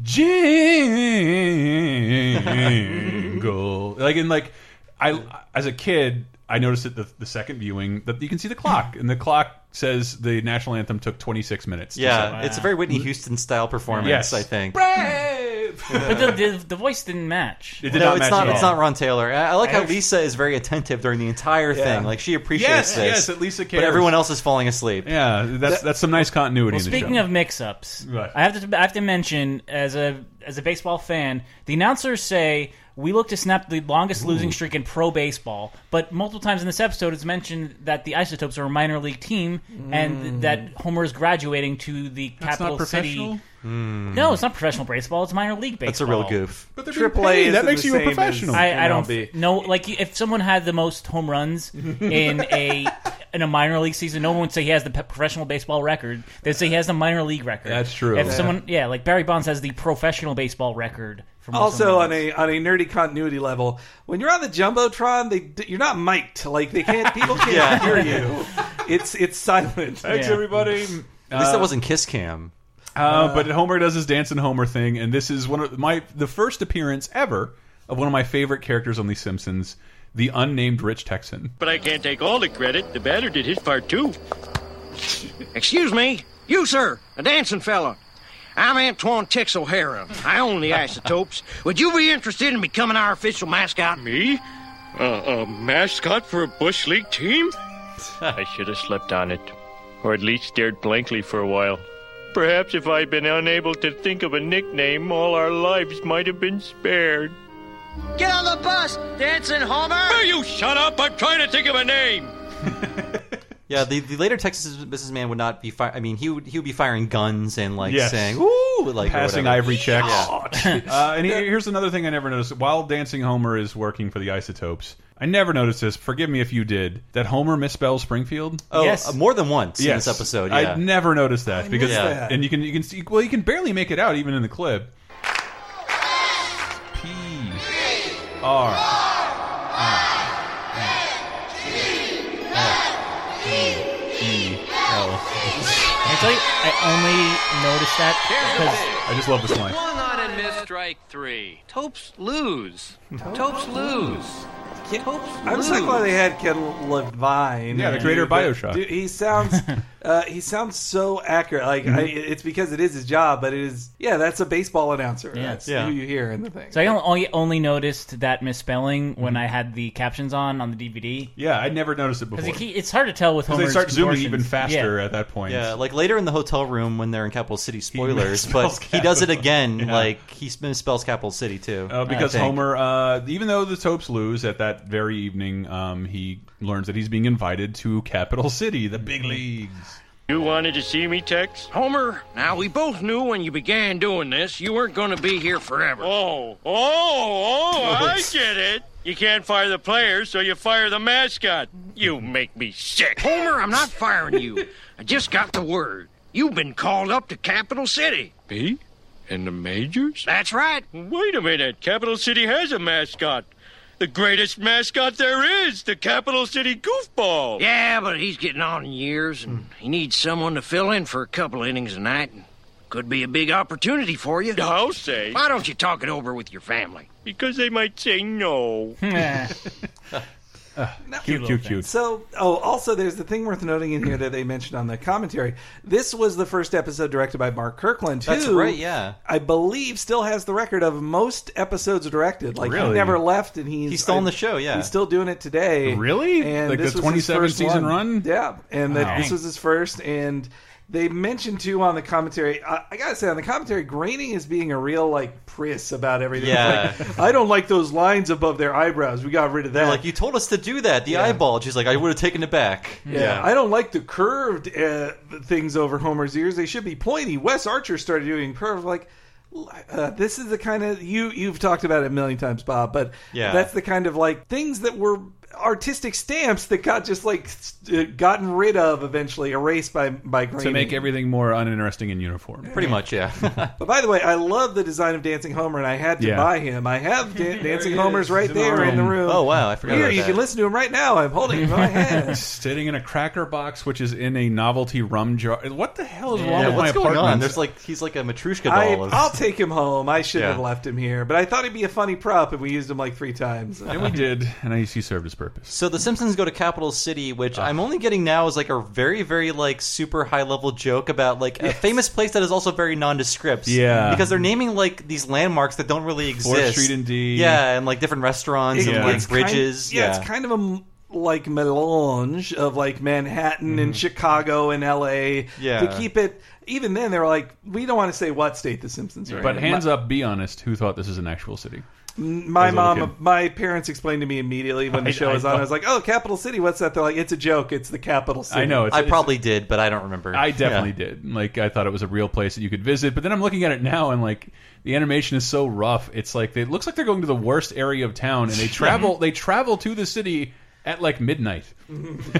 [SPEAKER 2] jingle, like and like I as a kid. I noticed it the, the second viewing that you can see the clock, and the clock says the national anthem took 26 minutes. to
[SPEAKER 1] Yeah,
[SPEAKER 2] sing.
[SPEAKER 1] it's a very Whitney Houston style performance,
[SPEAKER 2] Yes.
[SPEAKER 1] I think.
[SPEAKER 2] Brave!
[SPEAKER 4] but the, the, the voice didn't match.
[SPEAKER 1] no, it's not. It's not Ron Taylor. I, I like how Lisa is very attentive during the entire
[SPEAKER 4] Yeah.
[SPEAKER 1] thing. Like she appreciates
[SPEAKER 4] Yes,
[SPEAKER 1] this.
[SPEAKER 4] yes, at least it
[SPEAKER 1] But
[SPEAKER 4] cares.
[SPEAKER 1] everyone else is falling asleep.
[SPEAKER 2] Yeah, that's that's some nice continuity. in
[SPEAKER 4] Well,
[SPEAKER 2] the
[SPEAKER 4] speaking
[SPEAKER 2] show.
[SPEAKER 4] of mix-ups, I have to I have to mention as a as a baseball fan, the announcers say we look to snap the longest losing streak in pro baseball, but multiple times in this episode it's mentioned that the Isotopes are a minor league team
[SPEAKER 10] Mm.
[SPEAKER 4] and that Homer is graduating to the
[SPEAKER 10] That's
[SPEAKER 4] capital
[SPEAKER 10] not
[SPEAKER 4] city.
[SPEAKER 10] professional?
[SPEAKER 1] Hmm.
[SPEAKER 4] No, it's not professional baseball. It's minor league
[SPEAKER 1] That's
[SPEAKER 4] baseball.
[SPEAKER 1] a real goof.
[SPEAKER 2] But
[SPEAKER 1] they're being Triple A paid. That isn't makes the you a same as professional.
[SPEAKER 4] I, I don't
[SPEAKER 1] MLB.
[SPEAKER 4] no like if someone had the most home runs in a in a minor league season, no one would say he has the pe- professional baseball record. They'd say he has the minor league record.
[SPEAKER 2] That's true.
[SPEAKER 4] If
[SPEAKER 2] Yeah.
[SPEAKER 4] someone yeah, like Barry Bonds has the professional baseball record. From
[SPEAKER 3] also on a on a nerdy continuity level, when you're on the jumbotron, they d- you're not mic'd. Like they can't people can't
[SPEAKER 1] Yeah.
[SPEAKER 3] hear you. It's it's silent.
[SPEAKER 2] Thanks, everybody.
[SPEAKER 1] At least
[SPEAKER 2] Uh,
[SPEAKER 1] that wasn't Kiss Cam.
[SPEAKER 2] Uh, but Homer does his dance and Homer thing, and this is one of my the first appearance ever of one of my favorite characters on The Simpsons, the unnamed rich Texan.
[SPEAKER 6] But I can't take all the credit. The batter did his part too.
[SPEAKER 13] Excuse me, you, sir, a dancing fella. I'm Antoine Tex O'Hara. I own the Isotopes. Would you be interested in becoming our official mascot?
[SPEAKER 6] Me? Uh, a mascot for a Bush League team? I should have slept on it, or at least stared blankly for a while. Perhaps if I'd been unable to think of a nickname, all our lives might have been spared.
[SPEAKER 13] Get on the bus, dancing Homer.
[SPEAKER 6] Will you shut up? I'm trying to think of a name.
[SPEAKER 1] Yeah, the, the later Texas businessman would not be. Fi- I mean, he would he would be firing guns and like
[SPEAKER 2] Yes.
[SPEAKER 1] saying "ooh," like or
[SPEAKER 2] Passing
[SPEAKER 1] whatever.
[SPEAKER 2] ivory checks.
[SPEAKER 1] Yeah.
[SPEAKER 2] uh, and he- here's another thing I never noticed. While Dancing Homer is working for the Isotopes, I never noticed this. Forgive me if you did. That Homer misspells Springfield.
[SPEAKER 1] Oh, uh, more than once in
[SPEAKER 2] Yes.
[SPEAKER 1] this episode.
[SPEAKER 2] I
[SPEAKER 1] Yeah.
[SPEAKER 2] never noticed that because
[SPEAKER 1] missed that.
[SPEAKER 2] and you can you can see well you can barely make it out even in the clip. P R
[SPEAKER 4] I tell you, I only noticed that
[SPEAKER 2] I just love this line.
[SPEAKER 14] One on and miss strike three. Topes lose. Topes lose. Topes
[SPEAKER 3] I'm so glad they had Ken Levine.
[SPEAKER 2] Yeah, the creator of Bioshock.
[SPEAKER 3] Dude, he sounds, uh, he sounds so accurate. Like I, it's because it is his job, but it is. Yeah, that's a baseball announcer.
[SPEAKER 4] Yeah.
[SPEAKER 3] That's
[SPEAKER 4] Yeah.
[SPEAKER 3] who you hear in the thing.
[SPEAKER 4] because so I only only noticed that misspelling when
[SPEAKER 2] Mm-hmm.
[SPEAKER 4] I had the captions on on the DVD.
[SPEAKER 2] Yeah, I never noticed it
[SPEAKER 4] Because
[SPEAKER 1] before.
[SPEAKER 4] it's hard to tell with Homer's contortions. Yeah.
[SPEAKER 2] at that point.
[SPEAKER 1] Yeah, like later in the hotel room when they're in Capital City. Spoilers, but
[SPEAKER 2] misspells
[SPEAKER 1] he does it
[SPEAKER 2] Capital-
[SPEAKER 1] again.
[SPEAKER 2] Yeah.
[SPEAKER 1] Like he misspells Capital City too.
[SPEAKER 3] Oh.
[SPEAKER 2] Uh, because
[SPEAKER 1] I think.
[SPEAKER 2] Homer, uh, even though the Topes lose at that very evening, um, he learns that he's being invited to Capital City, the big
[SPEAKER 1] Mm-hmm.
[SPEAKER 2] leagues.
[SPEAKER 6] You wanted to see me, Tex?
[SPEAKER 13] Homer, now we both knew when you began doing this you weren't going to be here forever.
[SPEAKER 6] Oh, oh, oh, I get it. You can't fire the players, so you fire the mascot. You make me sick.
[SPEAKER 13] Homer, I'm not firing you. I just got the word. You've been called up to Capital City.
[SPEAKER 6] Me? And the majors?
[SPEAKER 13] That's right.
[SPEAKER 6] Wait a minute. Capital City has a mascot. The greatest mascot there is, the Capital City Goofball.
[SPEAKER 13] Yeah, but he's getting on in years, and he needs someone to fill in for a couple innings a night. Could be a big opportunity for you.
[SPEAKER 6] I'll say.
[SPEAKER 13] Why don't you talk it over with your family?
[SPEAKER 6] Because they might say no.
[SPEAKER 2] Cute, cute, cute.
[SPEAKER 3] So, oh, also, there's the thing worth noting in here that they mentioned on the commentary. This was the first episode directed by Mark Kirkland, who,
[SPEAKER 1] That's right, yeah.
[SPEAKER 3] I believe, still has the record of most episodes directed. Like, he
[SPEAKER 1] Really?
[SPEAKER 3] never left, and he's
[SPEAKER 1] He's still on the show, yeah.
[SPEAKER 3] he's still doing it today.
[SPEAKER 2] Really?
[SPEAKER 3] And
[SPEAKER 2] Like
[SPEAKER 3] this
[SPEAKER 2] the
[SPEAKER 3] was his
[SPEAKER 2] 27
[SPEAKER 3] first
[SPEAKER 2] season
[SPEAKER 3] one.
[SPEAKER 2] run?
[SPEAKER 3] Yeah, and that
[SPEAKER 2] Wow.
[SPEAKER 3] this was his first, and. They mentioned too on the commentary. I, I gotta say, on the commentary, Groening is being a real like priss about everything.
[SPEAKER 1] Yeah.
[SPEAKER 3] Like, I don't like those lines above their eyebrows. We got rid of that.
[SPEAKER 1] They're like, you told us to do that. The
[SPEAKER 3] Yeah.
[SPEAKER 1] eyeball. She's like, I would have taken it back.
[SPEAKER 3] Yeah. I don't like the curved uh, things over Homer's ears. They should be pointy. Wes Archer started doing curved. Like uh, this is the kind of you you've talked about it a million times, Bob. But
[SPEAKER 1] Yeah.
[SPEAKER 3] that's the kind of like things that were artistic stamps that got just like st- gotten rid of eventually, erased by by
[SPEAKER 2] To
[SPEAKER 3] Groening.
[SPEAKER 2] make everything more uninteresting and uniform.
[SPEAKER 1] Pretty much, yeah.
[SPEAKER 3] But by the way, I love the design of Dancing Homer, and I had to
[SPEAKER 2] Yeah.
[SPEAKER 3] buy him. I have Dan- Dancing
[SPEAKER 2] he is.
[SPEAKER 3] Homer's right
[SPEAKER 2] He's in the
[SPEAKER 3] there in the
[SPEAKER 2] room.
[SPEAKER 3] room.
[SPEAKER 2] Oh, wow, I forgot
[SPEAKER 3] Here,
[SPEAKER 2] about
[SPEAKER 3] you
[SPEAKER 2] that.
[SPEAKER 3] can listen to him right now. I'm holding him in my hand.
[SPEAKER 2] Sitting in a cracker box, which is in a novelty rum jar. What the hell is wrong
[SPEAKER 1] Yeah,
[SPEAKER 2] with
[SPEAKER 1] what's
[SPEAKER 2] my
[SPEAKER 1] going
[SPEAKER 2] apartment?
[SPEAKER 1] on? There's like he's like a matryoshka doll.
[SPEAKER 3] I,
[SPEAKER 1] of-
[SPEAKER 3] I'll take him home. I should
[SPEAKER 1] Yeah.
[SPEAKER 3] have left him here, but I thought he'd be a funny prop if we used him like three times.
[SPEAKER 2] and we did, and I, he served his purpose.
[SPEAKER 1] So the Simpsons go to Capital City, which I'm only getting now is like a very, very like super high level joke about like a famous place that is also very nondescript.
[SPEAKER 2] Yeah.
[SPEAKER 1] because they're naming like these landmarks that don't really exist.
[SPEAKER 2] Fourth Street and D.
[SPEAKER 1] Yeah, and like different restaurants
[SPEAKER 2] It-
[SPEAKER 1] and like
[SPEAKER 2] it's
[SPEAKER 3] kind-
[SPEAKER 1] bridges.
[SPEAKER 3] yeah, it's kind of a m- like melange of like Manhattan and Chicago and L.A.
[SPEAKER 2] Mm-hmm. Yeah.
[SPEAKER 3] to keep it. Even then, they were like, we don't want to say what state the Simpsons are.
[SPEAKER 2] But
[SPEAKER 3] in.
[SPEAKER 2] hands up, be honest. Who thought this is an actual city?
[SPEAKER 3] My
[SPEAKER 2] As a little
[SPEAKER 3] mom,
[SPEAKER 2] kid.
[SPEAKER 3] my parents explained to me immediately when the
[SPEAKER 2] I-
[SPEAKER 3] show
[SPEAKER 2] I
[SPEAKER 3] was on. I was
[SPEAKER 2] know.
[SPEAKER 3] like, "Oh, capital city, what's that?" They're like, "It's a joke. Oh, It's the capital city."
[SPEAKER 2] I know.
[SPEAKER 1] I probably did, but I don't remember.
[SPEAKER 2] I definitely did. Like I thought it was a real place that you could visit, but then I'm looking at it now and like the animation is so rough. It's like they, it looks like they're going to the worst area of town, and they travel. they travel to the city at like midnight.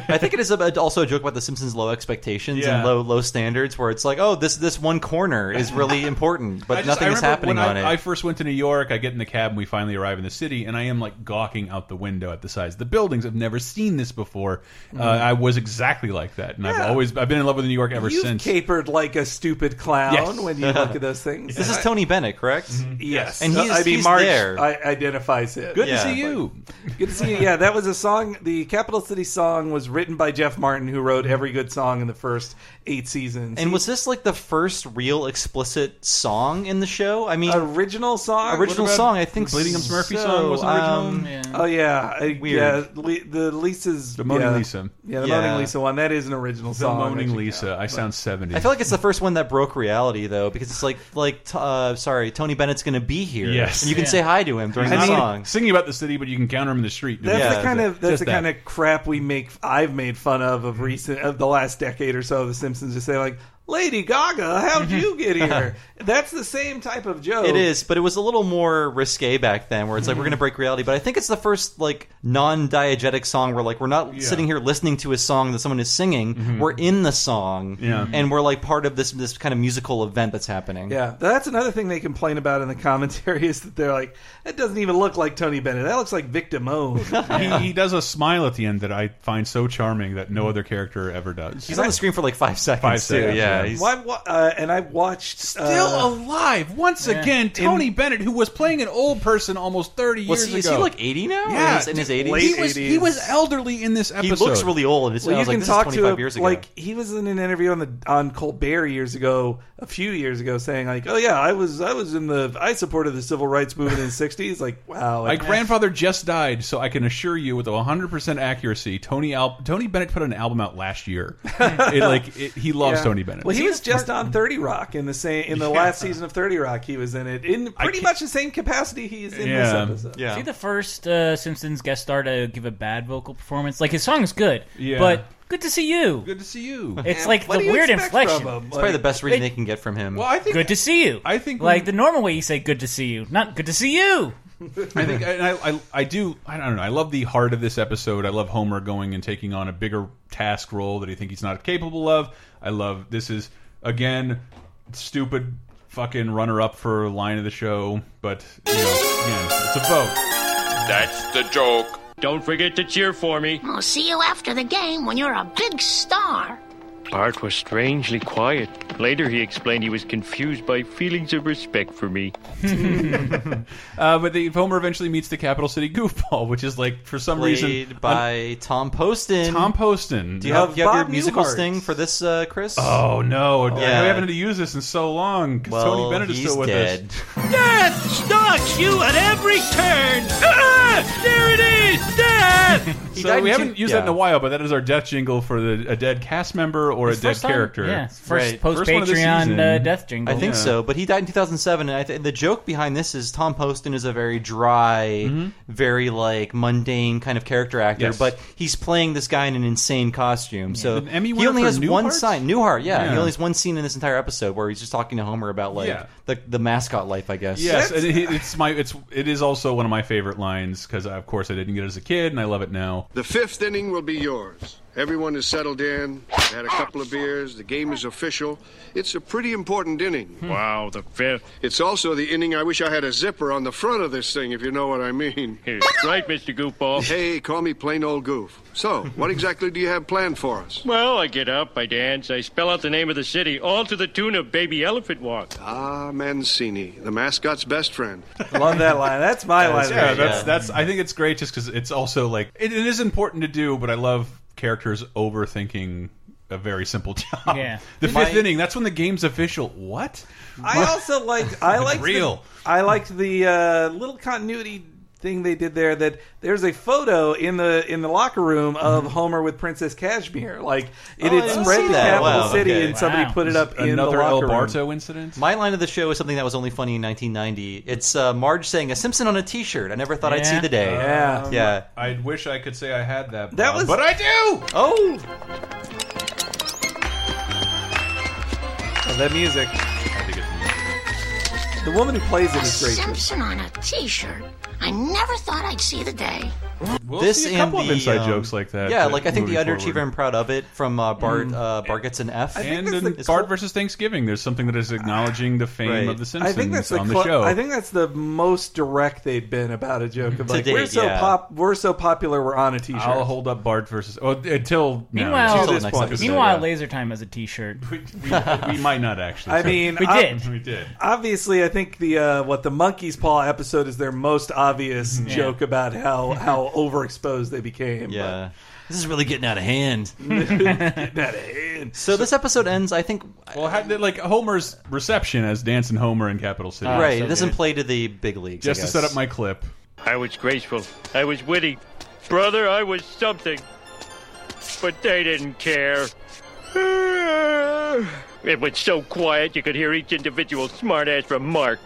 [SPEAKER 1] I think it is about, also a joke about the Simpsons' low expectations
[SPEAKER 2] Yeah.
[SPEAKER 1] and low low standards, where it's like, oh, this this one corner is really important, but
[SPEAKER 2] I just-
[SPEAKER 1] nothing
[SPEAKER 2] I
[SPEAKER 1] is
[SPEAKER 2] remember
[SPEAKER 1] happening
[SPEAKER 2] when
[SPEAKER 1] on
[SPEAKER 2] I,
[SPEAKER 1] it.
[SPEAKER 2] I first went to New York. I get in the cab and we finally arrive in the city, and I am like gawking out the window at the size of the buildings. I've never seen this before. Uh,
[SPEAKER 1] Mm-hmm.
[SPEAKER 2] I was exactly like that, and I've always I've been in love with New York ever
[SPEAKER 3] You've
[SPEAKER 2] since.
[SPEAKER 3] capered like a stupid clown
[SPEAKER 2] Yes.
[SPEAKER 3] when you look at those things.
[SPEAKER 1] This is Tony Bennett, correct?
[SPEAKER 2] Mm-hmm.
[SPEAKER 3] Yes,
[SPEAKER 1] and he's,
[SPEAKER 3] I mean,
[SPEAKER 1] he's
[SPEAKER 3] Marge
[SPEAKER 1] there.
[SPEAKER 3] I, identifies it.
[SPEAKER 1] Good to Yeah. see
[SPEAKER 2] you.
[SPEAKER 3] Good to see you. Yeah, that was a song. The Capital City song was written by Jeff Martin, who wrote every good song in the first eight seasons.
[SPEAKER 1] and was this like the first real explicit song in the show? I mean,
[SPEAKER 3] original song,
[SPEAKER 1] original
[SPEAKER 3] Uh, What about
[SPEAKER 1] song. I think
[SPEAKER 3] Bleeding Gums Murphy
[SPEAKER 1] so,
[SPEAKER 3] song wasn't original?
[SPEAKER 1] um,
[SPEAKER 3] Oh yeah, I,
[SPEAKER 1] Weird.
[SPEAKER 3] yeah. Le- the Lisa's the
[SPEAKER 2] Moaning
[SPEAKER 3] yeah.
[SPEAKER 2] Lisa.
[SPEAKER 3] Yeah, the
[SPEAKER 1] Yeah.
[SPEAKER 3] Moaning Lisa one. That is an original
[SPEAKER 2] The
[SPEAKER 3] song.
[SPEAKER 2] Moaning
[SPEAKER 3] actually.
[SPEAKER 2] Lisa. I sound seventy.
[SPEAKER 1] I feel like it's the first one that broke reality, though, because it's like, like, t- uh, sorry, Tony Bennett's going to be here.
[SPEAKER 2] Yes.
[SPEAKER 1] and you can
[SPEAKER 2] Yeah.
[SPEAKER 1] say hi to him during
[SPEAKER 2] He's
[SPEAKER 1] the
[SPEAKER 2] not
[SPEAKER 1] song.
[SPEAKER 2] Singing about the city, but you can counter him in the street.
[SPEAKER 3] That's
[SPEAKER 1] Yeah.
[SPEAKER 3] the kind of that's
[SPEAKER 2] Just
[SPEAKER 3] the
[SPEAKER 2] that.
[SPEAKER 3] kind of crap we make. I've made fun of of recent of the last decade or so of The Simpsons. Just say like, "Lady Gaga, how'd you get here?" that's the same type of joke.
[SPEAKER 1] It is, but it was a little more risque back then, where it's like we're going to break reality. But I think it's the first like non-diegetic song where like we're not
[SPEAKER 2] Yeah.
[SPEAKER 1] sitting here listening to a song that someone is singing.
[SPEAKER 3] Mm-hmm.
[SPEAKER 1] We're in the song,
[SPEAKER 2] Yeah.
[SPEAKER 1] and we're like part of this this kind of musical event that's happening.
[SPEAKER 3] Yeah, that's another thing they complain about in the commentary is that they're like, "That doesn't even look like Tony Bennett. That looks like Victor Moan."
[SPEAKER 2] he, he does a smile at the end that I find so charming that no other character ever does.
[SPEAKER 1] Mm-hmm. He's on the screen for like five seconds
[SPEAKER 2] Five
[SPEAKER 1] too.
[SPEAKER 2] seconds,
[SPEAKER 1] yeah,
[SPEAKER 2] yeah.
[SPEAKER 1] he's-
[SPEAKER 3] Why? why- Uh, and I watched uh, still
[SPEAKER 1] Uh,
[SPEAKER 2] alive once
[SPEAKER 3] Yeah.
[SPEAKER 2] again. Tony Bennett, who was playing an old person almost thirty
[SPEAKER 1] Was
[SPEAKER 2] years
[SPEAKER 1] he- is
[SPEAKER 2] ago,
[SPEAKER 1] he like 80 now? Or
[SPEAKER 2] Yeah,
[SPEAKER 1] is he in his
[SPEAKER 2] dude,
[SPEAKER 1] 80s?
[SPEAKER 2] He was, he
[SPEAKER 1] 80s.
[SPEAKER 2] was elderly in this
[SPEAKER 1] he
[SPEAKER 2] episode.
[SPEAKER 1] looks really old. It's,
[SPEAKER 3] Well,
[SPEAKER 1] I
[SPEAKER 3] you
[SPEAKER 1] was like,
[SPEAKER 3] can
[SPEAKER 1] this
[SPEAKER 3] talk
[SPEAKER 1] is
[SPEAKER 3] to
[SPEAKER 1] 25
[SPEAKER 3] him.
[SPEAKER 1] years ago.
[SPEAKER 3] Like he was in an interview on the on Colbert years ago, a few years ago, saying like, "Oh yeah, I was I was in the I supported the civil rights movement in the '60s." Like, wow,
[SPEAKER 2] My grandfather just died, so I can assure you with 100% accuracy, Tony Al Tony Bennett put an album out last year. it, like it, he loves
[SPEAKER 3] Yeah.
[SPEAKER 2] Tony Bennett.
[SPEAKER 3] Well, he was just on Thirty Rock in the same in the
[SPEAKER 2] Yeah.
[SPEAKER 3] last season of Thirty Rock. He was in it in pretty much the same capacity he is in this
[SPEAKER 2] Yeah.
[SPEAKER 3] episode.
[SPEAKER 4] Is he the first uh, Simpsons guest star to give a bad vocal performance? Like his song's good, but good to see you.
[SPEAKER 2] Good to see you.
[SPEAKER 4] It's like the weird inflection.
[SPEAKER 1] it's probably the best reading they can get from him.
[SPEAKER 2] Well, I think
[SPEAKER 4] good to see you.
[SPEAKER 2] I think
[SPEAKER 4] like
[SPEAKER 2] we-
[SPEAKER 4] the normal way you say good to see you, not good to see you.
[SPEAKER 2] I think and I, I I do I don't know I love the heart of this episode. I love Homer going and taking on a bigger task role that I think he's not capable of. I love this is again stupid fucking runner up for line of the show, but you know, again, it's a vote.
[SPEAKER 12] That's the joke.
[SPEAKER 6] Don't forget to cheer for me.
[SPEAKER 8] I'll see you after the game when you're a big star.
[SPEAKER 6] Bart was strangely quiet. Later, he explained he was confused by feelings of respect for me.
[SPEAKER 2] Uh, but the, Homer eventually meets the capital city goofball, which is like for some
[SPEAKER 1] Played
[SPEAKER 2] reason
[SPEAKER 1] by Tom Poston.
[SPEAKER 2] Tom Poston.
[SPEAKER 1] Do you have,
[SPEAKER 2] Uh,
[SPEAKER 1] do you have your
[SPEAKER 2] Bob
[SPEAKER 1] musical
[SPEAKER 2] Newhart.
[SPEAKER 1] sting for this, uh, Chris?
[SPEAKER 2] Oh no!
[SPEAKER 1] Yeah.
[SPEAKER 2] I haven't had to use this in so long because
[SPEAKER 1] Well,
[SPEAKER 2] Tony Bennett is
[SPEAKER 1] he's
[SPEAKER 2] still with
[SPEAKER 1] dead.
[SPEAKER 2] us.
[SPEAKER 11] Death stalks you at every turn. Ah, there it is, death.
[SPEAKER 1] He
[SPEAKER 2] so
[SPEAKER 1] died
[SPEAKER 2] we
[SPEAKER 1] in
[SPEAKER 2] haven't
[SPEAKER 1] two-
[SPEAKER 2] used that in
[SPEAKER 1] yeah.
[SPEAKER 2] a while, but that is our death jingle for the, a dead cast member or
[SPEAKER 4] It's
[SPEAKER 2] a dead
[SPEAKER 4] first time-
[SPEAKER 2] character.
[SPEAKER 4] yeah, it's first
[SPEAKER 1] Right.
[SPEAKER 4] post
[SPEAKER 2] one of the
[SPEAKER 4] Patreon
[SPEAKER 2] season.
[SPEAKER 4] uh, death jingle.
[SPEAKER 1] I think
[SPEAKER 4] Yeah.
[SPEAKER 1] so, but he died in 2007, and I th- the joke behind this is Tom Poston is a very dry, very like mundane kind of character actor,
[SPEAKER 2] Mm-hmm. Yes.
[SPEAKER 1] but he's playing this guy in an insane costume. So
[SPEAKER 2] An Emmy
[SPEAKER 1] he
[SPEAKER 2] winner
[SPEAKER 1] only
[SPEAKER 2] for
[SPEAKER 1] has one
[SPEAKER 2] Newhart?
[SPEAKER 1] sign, Newhart. Yeah,
[SPEAKER 2] Yeah.
[SPEAKER 1] he only has one scene in this entire episode where he's just talking to Homer about like
[SPEAKER 2] Yeah.
[SPEAKER 1] the the mascot life, I guess.
[SPEAKER 2] Yes, and it, it's my it's it is also one of my favorite lines because of course I didn't get it as a kid and I love it now.
[SPEAKER 10] The fifth inning will be yours. Everyone is settled in, had a couple of beers, the game is official. It's a pretty important inning.
[SPEAKER 6] Wow, the fifth.
[SPEAKER 10] It's also the inning I wish I had a zipper on the front of this thing, if you know what I mean.
[SPEAKER 6] Right, Mr. Goofball.
[SPEAKER 10] Hey, call me plain old goof. So, what exactly do you have planned for us?
[SPEAKER 6] Well, I get up, I dance, I spell out the name of the city, all to the tune of Baby Elephant Walk.
[SPEAKER 10] Ah, Mancini, the mascot's best friend.
[SPEAKER 3] Love that line. That's my
[SPEAKER 2] That's-
[SPEAKER 3] line.
[SPEAKER 2] Yeah,
[SPEAKER 3] right
[SPEAKER 2] that's
[SPEAKER 3] there.
[SPEAKER 2] that's. I think it's great just because it's also like it, it is important to do, but I love characters overthinking a very simple job.
[SPEAKER 4] Yeah.
[SPEAKER 2] the
[SPEAKER 3] My-
[SPEAKER 2] fifth inning. That's when the game's official. What?
[SPEAKER 3] I also liked. I
[SPEAKER 2] It's
[SPEAKER 3] liked
[SPEAKER 2] real.
[SPEAKER 3] The, I liked the uh, little continuity thing they did there. That there's a photo in the in the locker room of Homer with Princess Cashmere. Like it
[SPEAKER 1] Oh, I
[SPEAKER 3] had
[SPEAKER 1] didn't
[SPEAKER 3] spread
[SPEAKER 1] see
[SPEAKER 3] the
[SPEAKER 1] that.
[SPEAKER 3] capital
[SPEAKER 1] Wow,
[SPEAKER 3] city,
[SPEAKER 1] okay.
[SPEAKER 3] and somebody
[SPEAKER 1] Wow.
[SPEAKER 3] put it up in the
[SPEAKER 2] Another El
[SPEAKER 3] locker room.
[SPEAKER 2] Barto incident.
[SPEAKER 1] My line of the show is something that was only funny in 1990. It's uh, Marge saying a Simpson on a T-shirt. I never thought I'd see the day.
[SPEAKER 2] Um,
[SPEAKER 1] yeah.
[SPEAKER 2] I wish I could say I had that.
[SPEAKER 1] That
[SPEAKER 2] Bob,
[SPEAKER 1] was-
[SPEAKER 2] but I do.
[SPEAKER 1] Oh,
[SPEAKER 3] Oh, that music.
[SPEAKER 2] I think
[SPEAKER 3] The woman who plays it is great. too.
[SPEAKER 8] Simpson on a T-shirt. I never thought I'd see the day.
[SPEAKER 1] this
[SPEAKER 2] see a
[SPEAKER 1] and
[SPEAKER 2] couple
[SPEAKER 1] the,
[SPEAKER 2] of inside
[SPEAKER 1] um,
[SPEAKER 2] jokes like that,
[SPEAKER 1] Yeah,
[SPEAKER 2] uh,
[SPEAKER 1] like I think the
[SPEAKER 2] moving
[SPEAKER 1] underachiever
[SPEAKER 2] forward.
[SPEAKER 1] and proud of it from uh, Bart.
[SPEAKER 4] Mm.
[SPEAKER 1] Uh, Bart gets an F.
[SPEAKER 2] and in Bart versus Thanksgiving, there's something that is acknowledging the fame
[SPEAKER 1] Right.
[SPEAKER 2] of the
[SPEAKER 3] Ah, I
[SPEAKER 2] Simpsons
[SPEAKER 3] think that's the,
[SPEAKER 2] on the
[SPEAKER 3] clo-
[SPEAKER 2] show.
[SPEAKER 3] I think that's the most direct they've been about a joke of
[SPEAKER 2] To
[SPEAKER 3] like
[SPEAKER 2] date,
[SPEAKER 3] we're so
[SPEAKER 2] yeah.
[SPEAKER 3] pop we're so popular we're on a t-shirt.
[SPEAKER 2] I'll hold up Bart versus. Oh, until now.
[SPEAKER 4] Meanwhile,
[SPEAKER 2] To this point.
[SPEAKER 4] meanwhile, Laser Time has a T-shirt. We,
[SPEAKER 2] we might not actually.
[SPEAKER 3] I mean,
[SPEAKER 4] we
[SPEAKER 3] ob-
[SPEAKER 1] Mm-hmm.
[SPEAKER 4] did.
[SPEAKER 3] Obviously, I think the uh, what the monkey's paw episode is their most obvious
[SPEAKER 2] Mm-hmm.
[SPEAKER 1] Yeah.
[SPEAKER 3] joke about how how overexposed they became.
[SPEAKER 1] Yeah. This is really getting out of hand.
[SPEAKER 3] out of hand.
[SPEAKER 1] So this episode ends. I think.
[SPEAKER 2] Well, how, like Homer's reception as Dancing Homer in Capital
[SPEAKER 3] Ah,
[SPEAKER 2] City.
[SPEAKER 1] right. it doesn't play to the big leagues.
[SPEAKER 2] Just
[SPEAKER 1] I
[SPEAKER 2] to
[SPEAKER 1] guess.
[SPEAKER 2] set up my clip.
[SPEAKER 6] I was graceful. I was witty. Brother, I was something. But they didn't care. It was so quiet you could hear each individual smartass remark.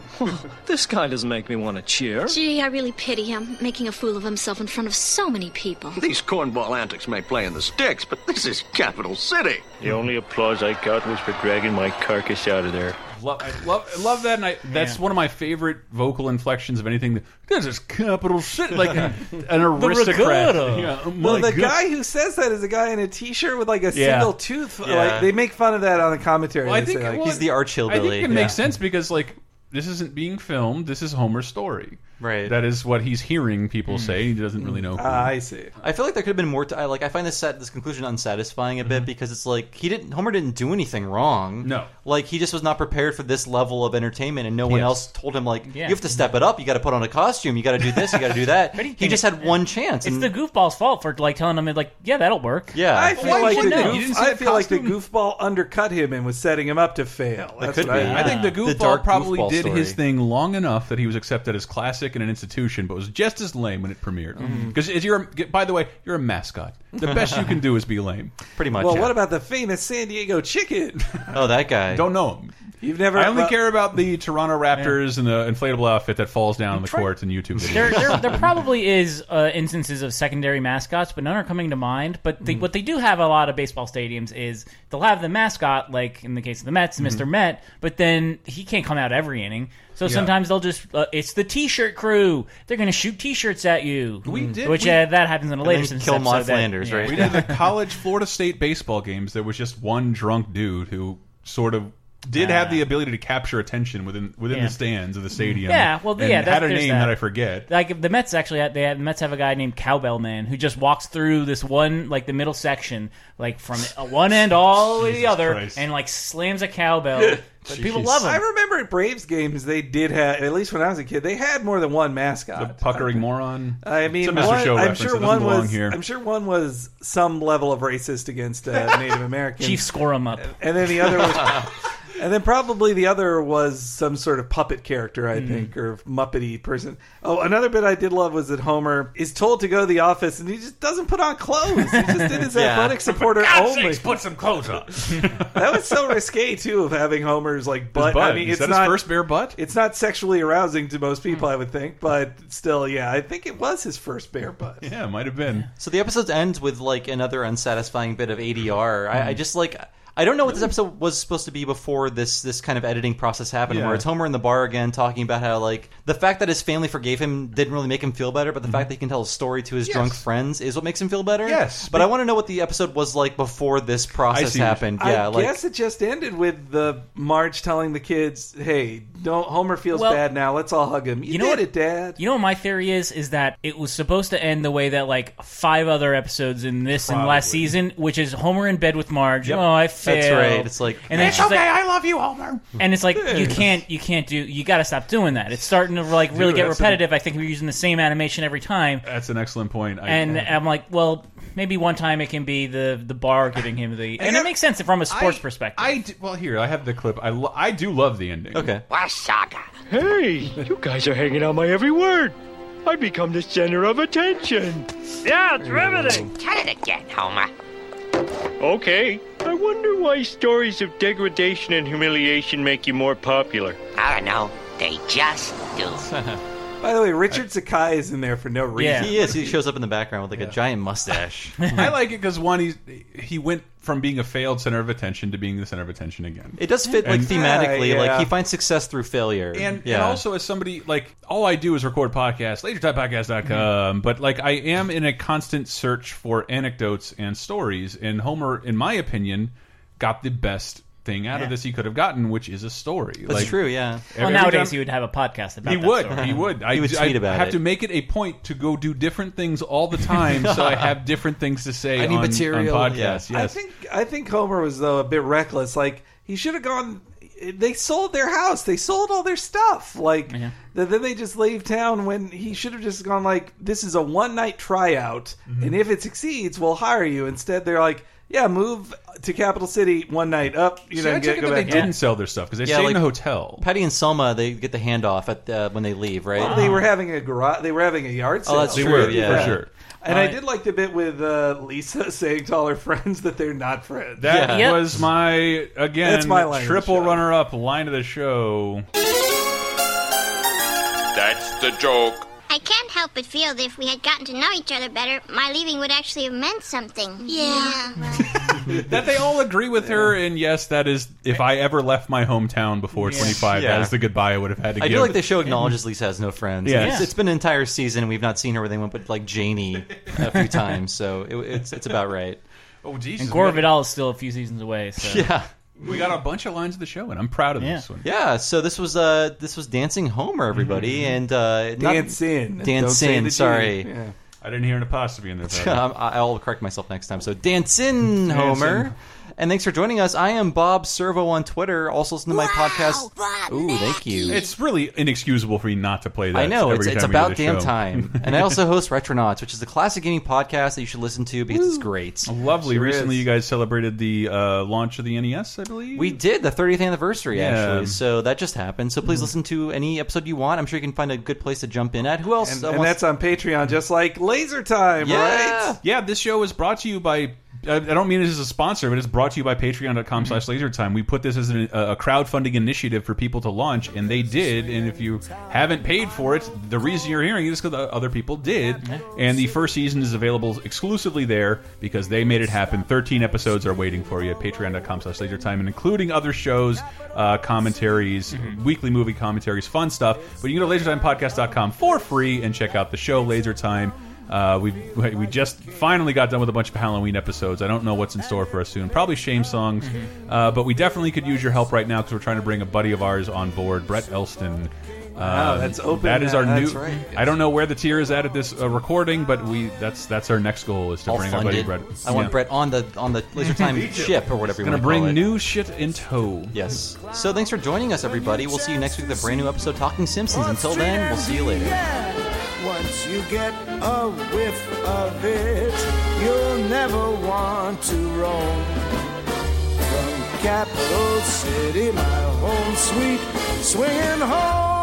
[SPEAKER 11] This guy doesn't make me want to cheer.
[SPEAKER 9] Gee, I really pity him, making a fool of himself in front of so many people.
[SPEAKER 13] These cornball antics may play in the sticks, but this is capital city.
[SPEAKER 6] The only applause I got was for dragging my carcass out of there.
[SPEAKER 2] Love, I love, I love that, and I, that's one of my favorite vocal inflections of anything. This is capital city, like an, an aristocrat.
[SPEAKER 3] regatta.
[SPEAKER 2] Yeah, oh my
[SPEAKER 3] well, the
[SPEAKER 2] God.
[SPEAKER 3] guy who says that is a guy in a t-shirt with like a
[SPEAKER 2] Yeah.
[SPEAKER 3] single tooth.
[SPEAKER 2] Yeah.
[SPEAKER 3] Like they make fun of that on the commentary.
[SPEAKER 2] Well, I
[SPEAKER 3] They
[SPEAKER 2] think
[SPEAKER 3] say, like,
[SPEAKER 2] well, I think it
[SPEAKER 3] Yeah.
[SPEAKER 2] makes sense because like this isn't being filmed. This is Homer's story. Right. That is what he's hearing people
[SPEAKER 3] Hmm.
[SPEAKER 2] say. He doesn't really know. who.
[SPEAKER 3] Uh, "Ah, see.
[SPEAKER 2] Ah.
[SPEAKER 1] I feel like there could have been more. To, I like. I find this set this conclusion unsatisfying a bit
[SPEAKER 4] Mm-hmm.
[SPEAKER 1] because it's like he didn't. Homer didn't do anything wrong.
[SPEAKER 2] No.
[SPEAKER 1] Like he just was not prepared for this level of entertainment, and no one
[SPEAKER 2] Yes.
[SPEAKER 1] else told him like
[SPEAKER 4] Yeah.
[SPEAKER 1] you have to step it up. You got to put on a costume. You got to do this. You got to do that.
[SPEAKER 4] But he
[SPEAKER 1] he just had one chance.
[SPEAKER 4] It's
[SPEAKER 1] and-
[SPEAKER 4] the goofball's fault for like telling him like, yeah, that'll work.
[SPEAKER 1] Yeah.
[SPEAKER 3] I feel
[SPEAKER 4] Why
[SPEAKER 3] like
[SPEAKER 4] would
[SPEAKER 3] the
[SPEAKER 4] no?
[SPEAKER 3] goof, I feel like the goofball undercut him and was setting him up to fail. That's
[SPEAKER 2] could
[SPEAKER 3] what
[SPEAKER 2] be.
[SPEAKER 3] I,
[SPEAKER 2] I think the goofball
[SPEAKER 1] dark
[SPEAKER 2] probably
[SPEAKER 1] goofball
[SPEAKER 2] did
[SPEAKER 1] story.
[SPEAKER 2] his thing long enough that he was accepted as classic in an institution, but was just as lame when it premiered.
[SPEAKER 3] Mhm.
[SPEAKER 2] Because you're, by the way, you're a mascot. The best you can do is be lame.
[SPEAKER 1] Pretty
[SPEAKER 3] well, what about the famous San Diego chicken?
[SPEAKER 1] Oh, that guy.
[SPEAKER 2] Don't know him.
[SPEAKER 3] You've never. uh,
[SPEAKER 2] I only
[SPEAKER 3] well,
[SPEAKER 2] care about the Toronto Raptors and the inflatable outfit that falls down on the court in YouTube videos.
[SPEAKER 4] there, there, there probably is uh, instances of secondary mascots, but none are coming to mind. But
[SPEAKER 2] Mm-hmm.
[SPEAKER 4] they, what they do have a lot of baseball stadiums is they'll have the mascot, like in the case of the Mets,
[SPEAKER 2] Mm-hmm.
[SPEAKER 4] Mister Met, but then he can't come out every inning. So
[SPEAKER 2] Yeah.
[SPEAKER 4] sometimes they'll just uh, it's the T-shirt crew. They're going to shoot T-shirts at you.
[SPEAKER 2] We did-
[SPEAKER 4] which
[SPEAKER 2] we-
[SPEAKER 4] uh, that happens in a later Simpsons episode that- yeah.
[SPEAKER 2] We did the college Florida State baseball games. There was just one drunk dude who sort of did have the ability to capture attention within within
[SPEAKER 4] Yeah.
[SPEAKER 2] the stands of the stadium.
[SPEAKER 4] Yeah, well,
[SPEAKER 2] and
[SPEAKER 4] yeah, that-
[SPEAKER 2] had a
[SPEAKER 4] there's
[SPEAKER 2] name
[SPEAKER 4] that.
[SPEAKER 2] that. I forget.
[SPEAKER 4] Like the Mets actually, had, they had, the Mets have a guy named Cowbell Man who just walks through this one, like the middle section, like from one end all the way to the
[SPEAKER 3] Jesus
[SPEAKER 4] other,
[SPEAKER 3] Christ.
[SPEAKER 4] and like slams a cowbell. but people love
[SPEAKER 3] I
[SPEAKER 4] him.
[SPEAKER 3] remember at Braves games they did have at least when I was a kid they had more than one mascot.
[SPEAKER 2] Puckering moron.
[SPEAKER 3] I mean,
[SPEAKER 2] it's a Mr.
[SPEAKER 3] one-
[SPEAKER 2] Show
[SPEAKER 3] I'm
[SPEAKER 2] reference.
[SPEAKER 3] sure
[SPEAKER 2] It doesn't
[SPEAKER 3] one
[SPEAKER 2] belong
[SPEAKER 3] was.
[SPEAKER 2] here.
[SPEAKER 3] I'm sure one was some level of racist against uh, Native Americans.
[SPEAKER 4] Chief score him up,
[SPEAKER 3] and then the other was, and then probably the other was some sort of puppet character,
[SPEAKER 2] Hmm.
[SPEAKER 3] I think, or Muppety person. Oh, another bit I did love was that Homer is told to go to the office, and he just doesn't put on clothes. He just did his
[SPEAKER 2] Yeah.
[SPEAKER 3] athletic supporter
[SPEAKER 2] God's
[SPEAKER 3] only.
[SPEAKER 2] sakes, put some clothes on.
[SPEAKER 3] that was so risque too of having Homer's like butt.
[SPEAKER 2] butt.
[SPEAKER 3] I mean,
[SPEAKER 2] Is
[SPEAKER 3] it's
[SPEAKER 2] that his
[SPEAKER 3] not
[SPEAKER 2] first Hmm. bare butt.
[SPEAKER 3] It's not sexually arousing to most people, I would think, but still, yeah, I think it was his first bare butt.
[SPEAKER 2] Yeah, it might have been.
[SPEAKER 1] So the episodes end with like another unsatisfying bit of ADR. I, I just like I don't know what this episode was supposed to be before this this kind of editing process happened,
[SPEAKER 3] Yeah.
[SPEAKER 1] where it's Homer in the bar again talking about how like the fact that his family forgave him didn't really make him feel better, but the fact that he can tell a story to his
[SPEAKER 3] Yes.
[SPEAKER 1] drunk friends is what makes him feel better.
[SPEAKER 3] Yes,
[SPEAKER 1] but I want to know what the episode was like before this process happened. Yeah,
[SPEAKER 3] I
[SPEAKER 1] like
[SPEAKER 3] guess it just ended with the Marge telling the kids, "Hey, don't Homer feels
[SPEAKER 4] Well-
[SPEAKER 3] bad now. Let's all hug him." You, did it, Dad.
[SPEAKER 4] You know what my theory is is that it was supposed to end the way that like five other episodes in this and last season, which is Homer in bed with Marge.
[SPEAKER 1] Yep.
[SPEAKER 4] Oh, I
[SPEAKER 1] That's
[SPEAKER 4] failed.
[SPEAKER 1] right. It's like-
[SPEAKER 4] and then
[SPEAKER 1] It's
[SPEAKER 4] she's
[SPEAKER 1] okay,
[SPEAKER 4] like-
[SPEAKER 1] I love you, Homer.
[SPEAKER 4] And it's like you
[SPEAKER 1] Yes.
[SPEAKER 4] can't you can't do you got to stop doing that. It's starting to like really
[SPEAKER 2] Dude,
[SPEAKER 4] get
[SPEAKER 2] that's a-
[SPEAKER 4] repetitive. I think we're using the same animation every time.
[SPEAKER 2] That's an excellent point. I,
[SPEAKER 4] and I'm like, well, maybe one time it can be the the bar giving him the, and, it makes sense from a sports perspective.
[SPEAKER 2] I d- well here I have the clip. I lo- I do love the ending. Okay.
[SPEAKER 8] Wasaga.
[SPEAKER 6] Hey, you guys are hanging on my every word. I become the center of attention.
[SPEAKER 5] Yeah, it's riveting.
[SPEAKER 8] Try it again, Homer.
[SPEAKER 6] Okay. I wonder why stories of degradation and humiliation make you more popular.
[SPEAKER 8] I don't know. They just do.
[SPEAKER 3] By the way, Richard Sakai is in there for no reason.
[SPEAKER 1] he is. He shows up in the background with like a giant mustache.
[SPEAKER 2] I like it because one, he's, he went from being a failed center of attention to being the center of attention again.
[SPEAKER 1] It does fit like
[SPEAKER 2] And-
[SPEAKER 1] thematically.
[SPEAKER 2] Yeah, yeah.
[SPEAKER 1] Like he finds success through failure,
[SPEAKER 2] and,
[SPEAKER 1] yeah.
[SPEAKER 2] and also as somebody like all I do is record podcasts, lasertimepodcast.com, but like I am in a constant search for anecdotes and stories and Homer in my opinion got the best thing out
[SPEAKER 4] Yeah.
[SPEAKER 2] of this he could have gotten, which is a story.
[SPEAKER 1] That's true, yeah.
[SPEAKER 4] well,
[SPEAKER 2] every
[SPEAKER 4] nowadays
[SPEAKER 2] time-
[SPEAKER 4] he would have a podcast about.
[SPEAKER 2] he
[SPEAKER 4] that
[SPEAKER 2] would.
[SPEAKER 4] story.
[SPEAKER 2] He would. I,
[SPEAKER 1] He would
[SPEAKER 2] I
[SPEAKER 1] tweet about
[SPEAKER 2] have
[SPEAKER 1] it.
[SPEAKER 2] to make it a point to go do different things all the time, so I have different things to say. on, on podcasts.
[SPEAKER 3] I
[SPEAKER 2] Yes.
[SPEAKER 3] think I think Homer was though a bit reckless. Like he should have gone. They sold their house. They sold all their stuff. Like th- then they just leave town when he should have just gone. Like this is a one night tryout, and if it succeeds, we'll hire you. Instead, they're like, yeah, move to Capital City one night up. You
[SPEAKER 2] See,
[SPEAKER 3] know,
[SPEAKER 2] I
[SPEAKER 3] get,
[SPEAKER 2] took it
[SPEAKER 3] go
[SPEAKER 2] that they
[SPEAKER 3] back.
[SPEAKER 2] didn't sell their stuff because they stayed in a hotel.
[SPEAKER 1] Patty and Selma, they get the handoff at uh, when they leave, right?
[SPEAKER 3] They were having a garage. They were having a yard sale.
[SPEAKER 1] Oh, that's They true, were, yeah. for sure.
[SPEAKER 3] And I
[SPEAKER 1] Alright.
[SPEAKER 3] did like the bit with uh, Lisa saying to all her friends that they're not friends.
[SPEAKER 2] That was my again
[SPEAKER 3] That's my line of the
[SPEAKER 2] triple runner up line of the show.
[SPEAKER 12] That's the joke.
[SPEAKER 9] I can't help but feel that if we had gotten to know each other better, my leaving would actually have meant something. Yeah.
[SPEAKER 2] that they all agree with her, and yes, that is if I ever left my hometown before
[SPEAKER 1] Yeah.
[SPEAKER 2] 25,
[SPEAKER 1] Yeah.
[SPEAKER 2] that is the goodbye I would have had to
[SPEAKER 1] I
[SPEAKER 2] give.
[SPEAKER 1] feel like the show acknowledges Lisa has no friends.
[SPEAKER 2] Yes.
[SPEAKER 1] It's- it's been an entire season and we've not seen her with anyone but like Janie a few times, so it, it's it's about right.
[SPEAKER 2] Oh, Jesus.
[SPEAKER 4] And Gore Vidal is still a few seasons away. So.
[SPEAKER 1] Yeah.
[SPEAKER 2] We got a bunch of lines of the show, and I'm proud of this one.
[SPEAKER 1] Yeah, so this was uh this was Dancing Homer, everybody, and uh not-
[SPEAKER 2] Dancing. Don't say the
[SPEAKER 1] Dancing,
[SPEAKER 2] G.
[SPEAKER 1] sorry.
[SPEAKER 2] Yeah. I didn't hear an apostrophe in there.
[SPEAKER 1] Um, I- I'll correct myself next time. So Dancing Homer. And thanks for joining us. I am Bob Servo on Twitter. Also listen to my podcast. Ooh, thank you.
[SPEAKER 2] It's really inexcusable for me not to play that.
[SPEAKER 1] I know it's,
[SPEAKER 2] every time
[SPEAKER 1] it's
[SPEAKER 2] we do
[SPEAKER 1] about
[SPEAKER 2] the
[SPEAKER 1] damn
[SPEAKER 2] show.
[SPEAKER 1] time. and I also host Retronauts, which is the classic gaming podcast that you should listen to because it's great.
[SPEAKER 2] Lovely.
[SPEAKER 1] Sure
[SPEAKER 2] Recently,
[SPEAKER 1] is.
[SPEAKER 2] you guys celebrated the uh, launch of the NES, I believe.
[SPEAKER 1] We did the 30th anniversary
[SPEAKER 2] Yeah. Mm-hmm.
[SPEAKER 1] actually, so that just happened. So please listen to any episode you want. I'm sure you can find a good place to jump in at. Who else?
[SPEAKER 3] And,
[SPEAKER 1] uh,
[SPEAKER 3] and
[SPEAKER 1] wants-
[SPEAKER 3] that's on Patreon, just like Laser Time,
[SPEAKER 1] Yeah.
[SPEAKER 3] right?
[SPEAKER 2] Yeah, this show is brought to you by. I I don't mean it as a sponsor, but it's brought to you by patreon.com slash lasertime. We put this as an, a a crowdfunding initiative for people to launch, and they did. And if you haven't paid for it, the reason you're hearing it is because other people did. And the first season is available exclusively there because they made it happen. 13 episodes are waiting for you at patreon.com slash lasertime, and including other shows, uh, commentaries, weekly movie commentaries, fun stuff. But you can go to lasertimepodcast.com for free and check out the show Laser Time. Uh, we we just finally got done with a bunch of Halloween episodes. I don't know what's in store for us soon. Probably shame songs,
[SPEAKER 1] Mm-hmm.
[SPEAKER 2] uh, but we definitely could use your help right now because we're trying to bring a buddy of ours on board, Brett Elston.
[SPEAKER 3] Wow,
[SPEAKER 2] Um,
[SPEAKER 3] that's open
[SPEAKER 2] That is
[SPEAKER 3] now.
[SPEAKER 2] our
[SPEAKER 3] That's
[SPEAKER 2] new.
[SPEAKER 3] right.
[SPEAKER 2] I don't know where the tier is at at this uh, recording, but we that's that's our next goal is to
[SPEAKER 1] All
[SPEAKER 2] bring our buddy
[SPEAKER 1] funded.
[SPEAKER 2] Brett.
[SPEAKER 1] I want
[SPEAKER 2] Yeah.
[SPEAKER 1] Brett on the on the Laser Time ship or whatever.
[SPEAKER 2] He's
[SPEAKER 1] you
[SPEAKER 2] gonna
[SPEAKER 1] want to
[SPEAKER 2] bring
[SPEAKER 1] call it.
[SPEAKER 2] new shit in tow.
[SPEAKER 1] Yes. So thanks for joining us, everybody. We'll see you next week with a brand new episode talking Simpsons. Until then, we'll see you later.
[SPEAKER 15] Once you get a whiff of it, you'll never want to roam. From Capital City, my home sweet, swinging home.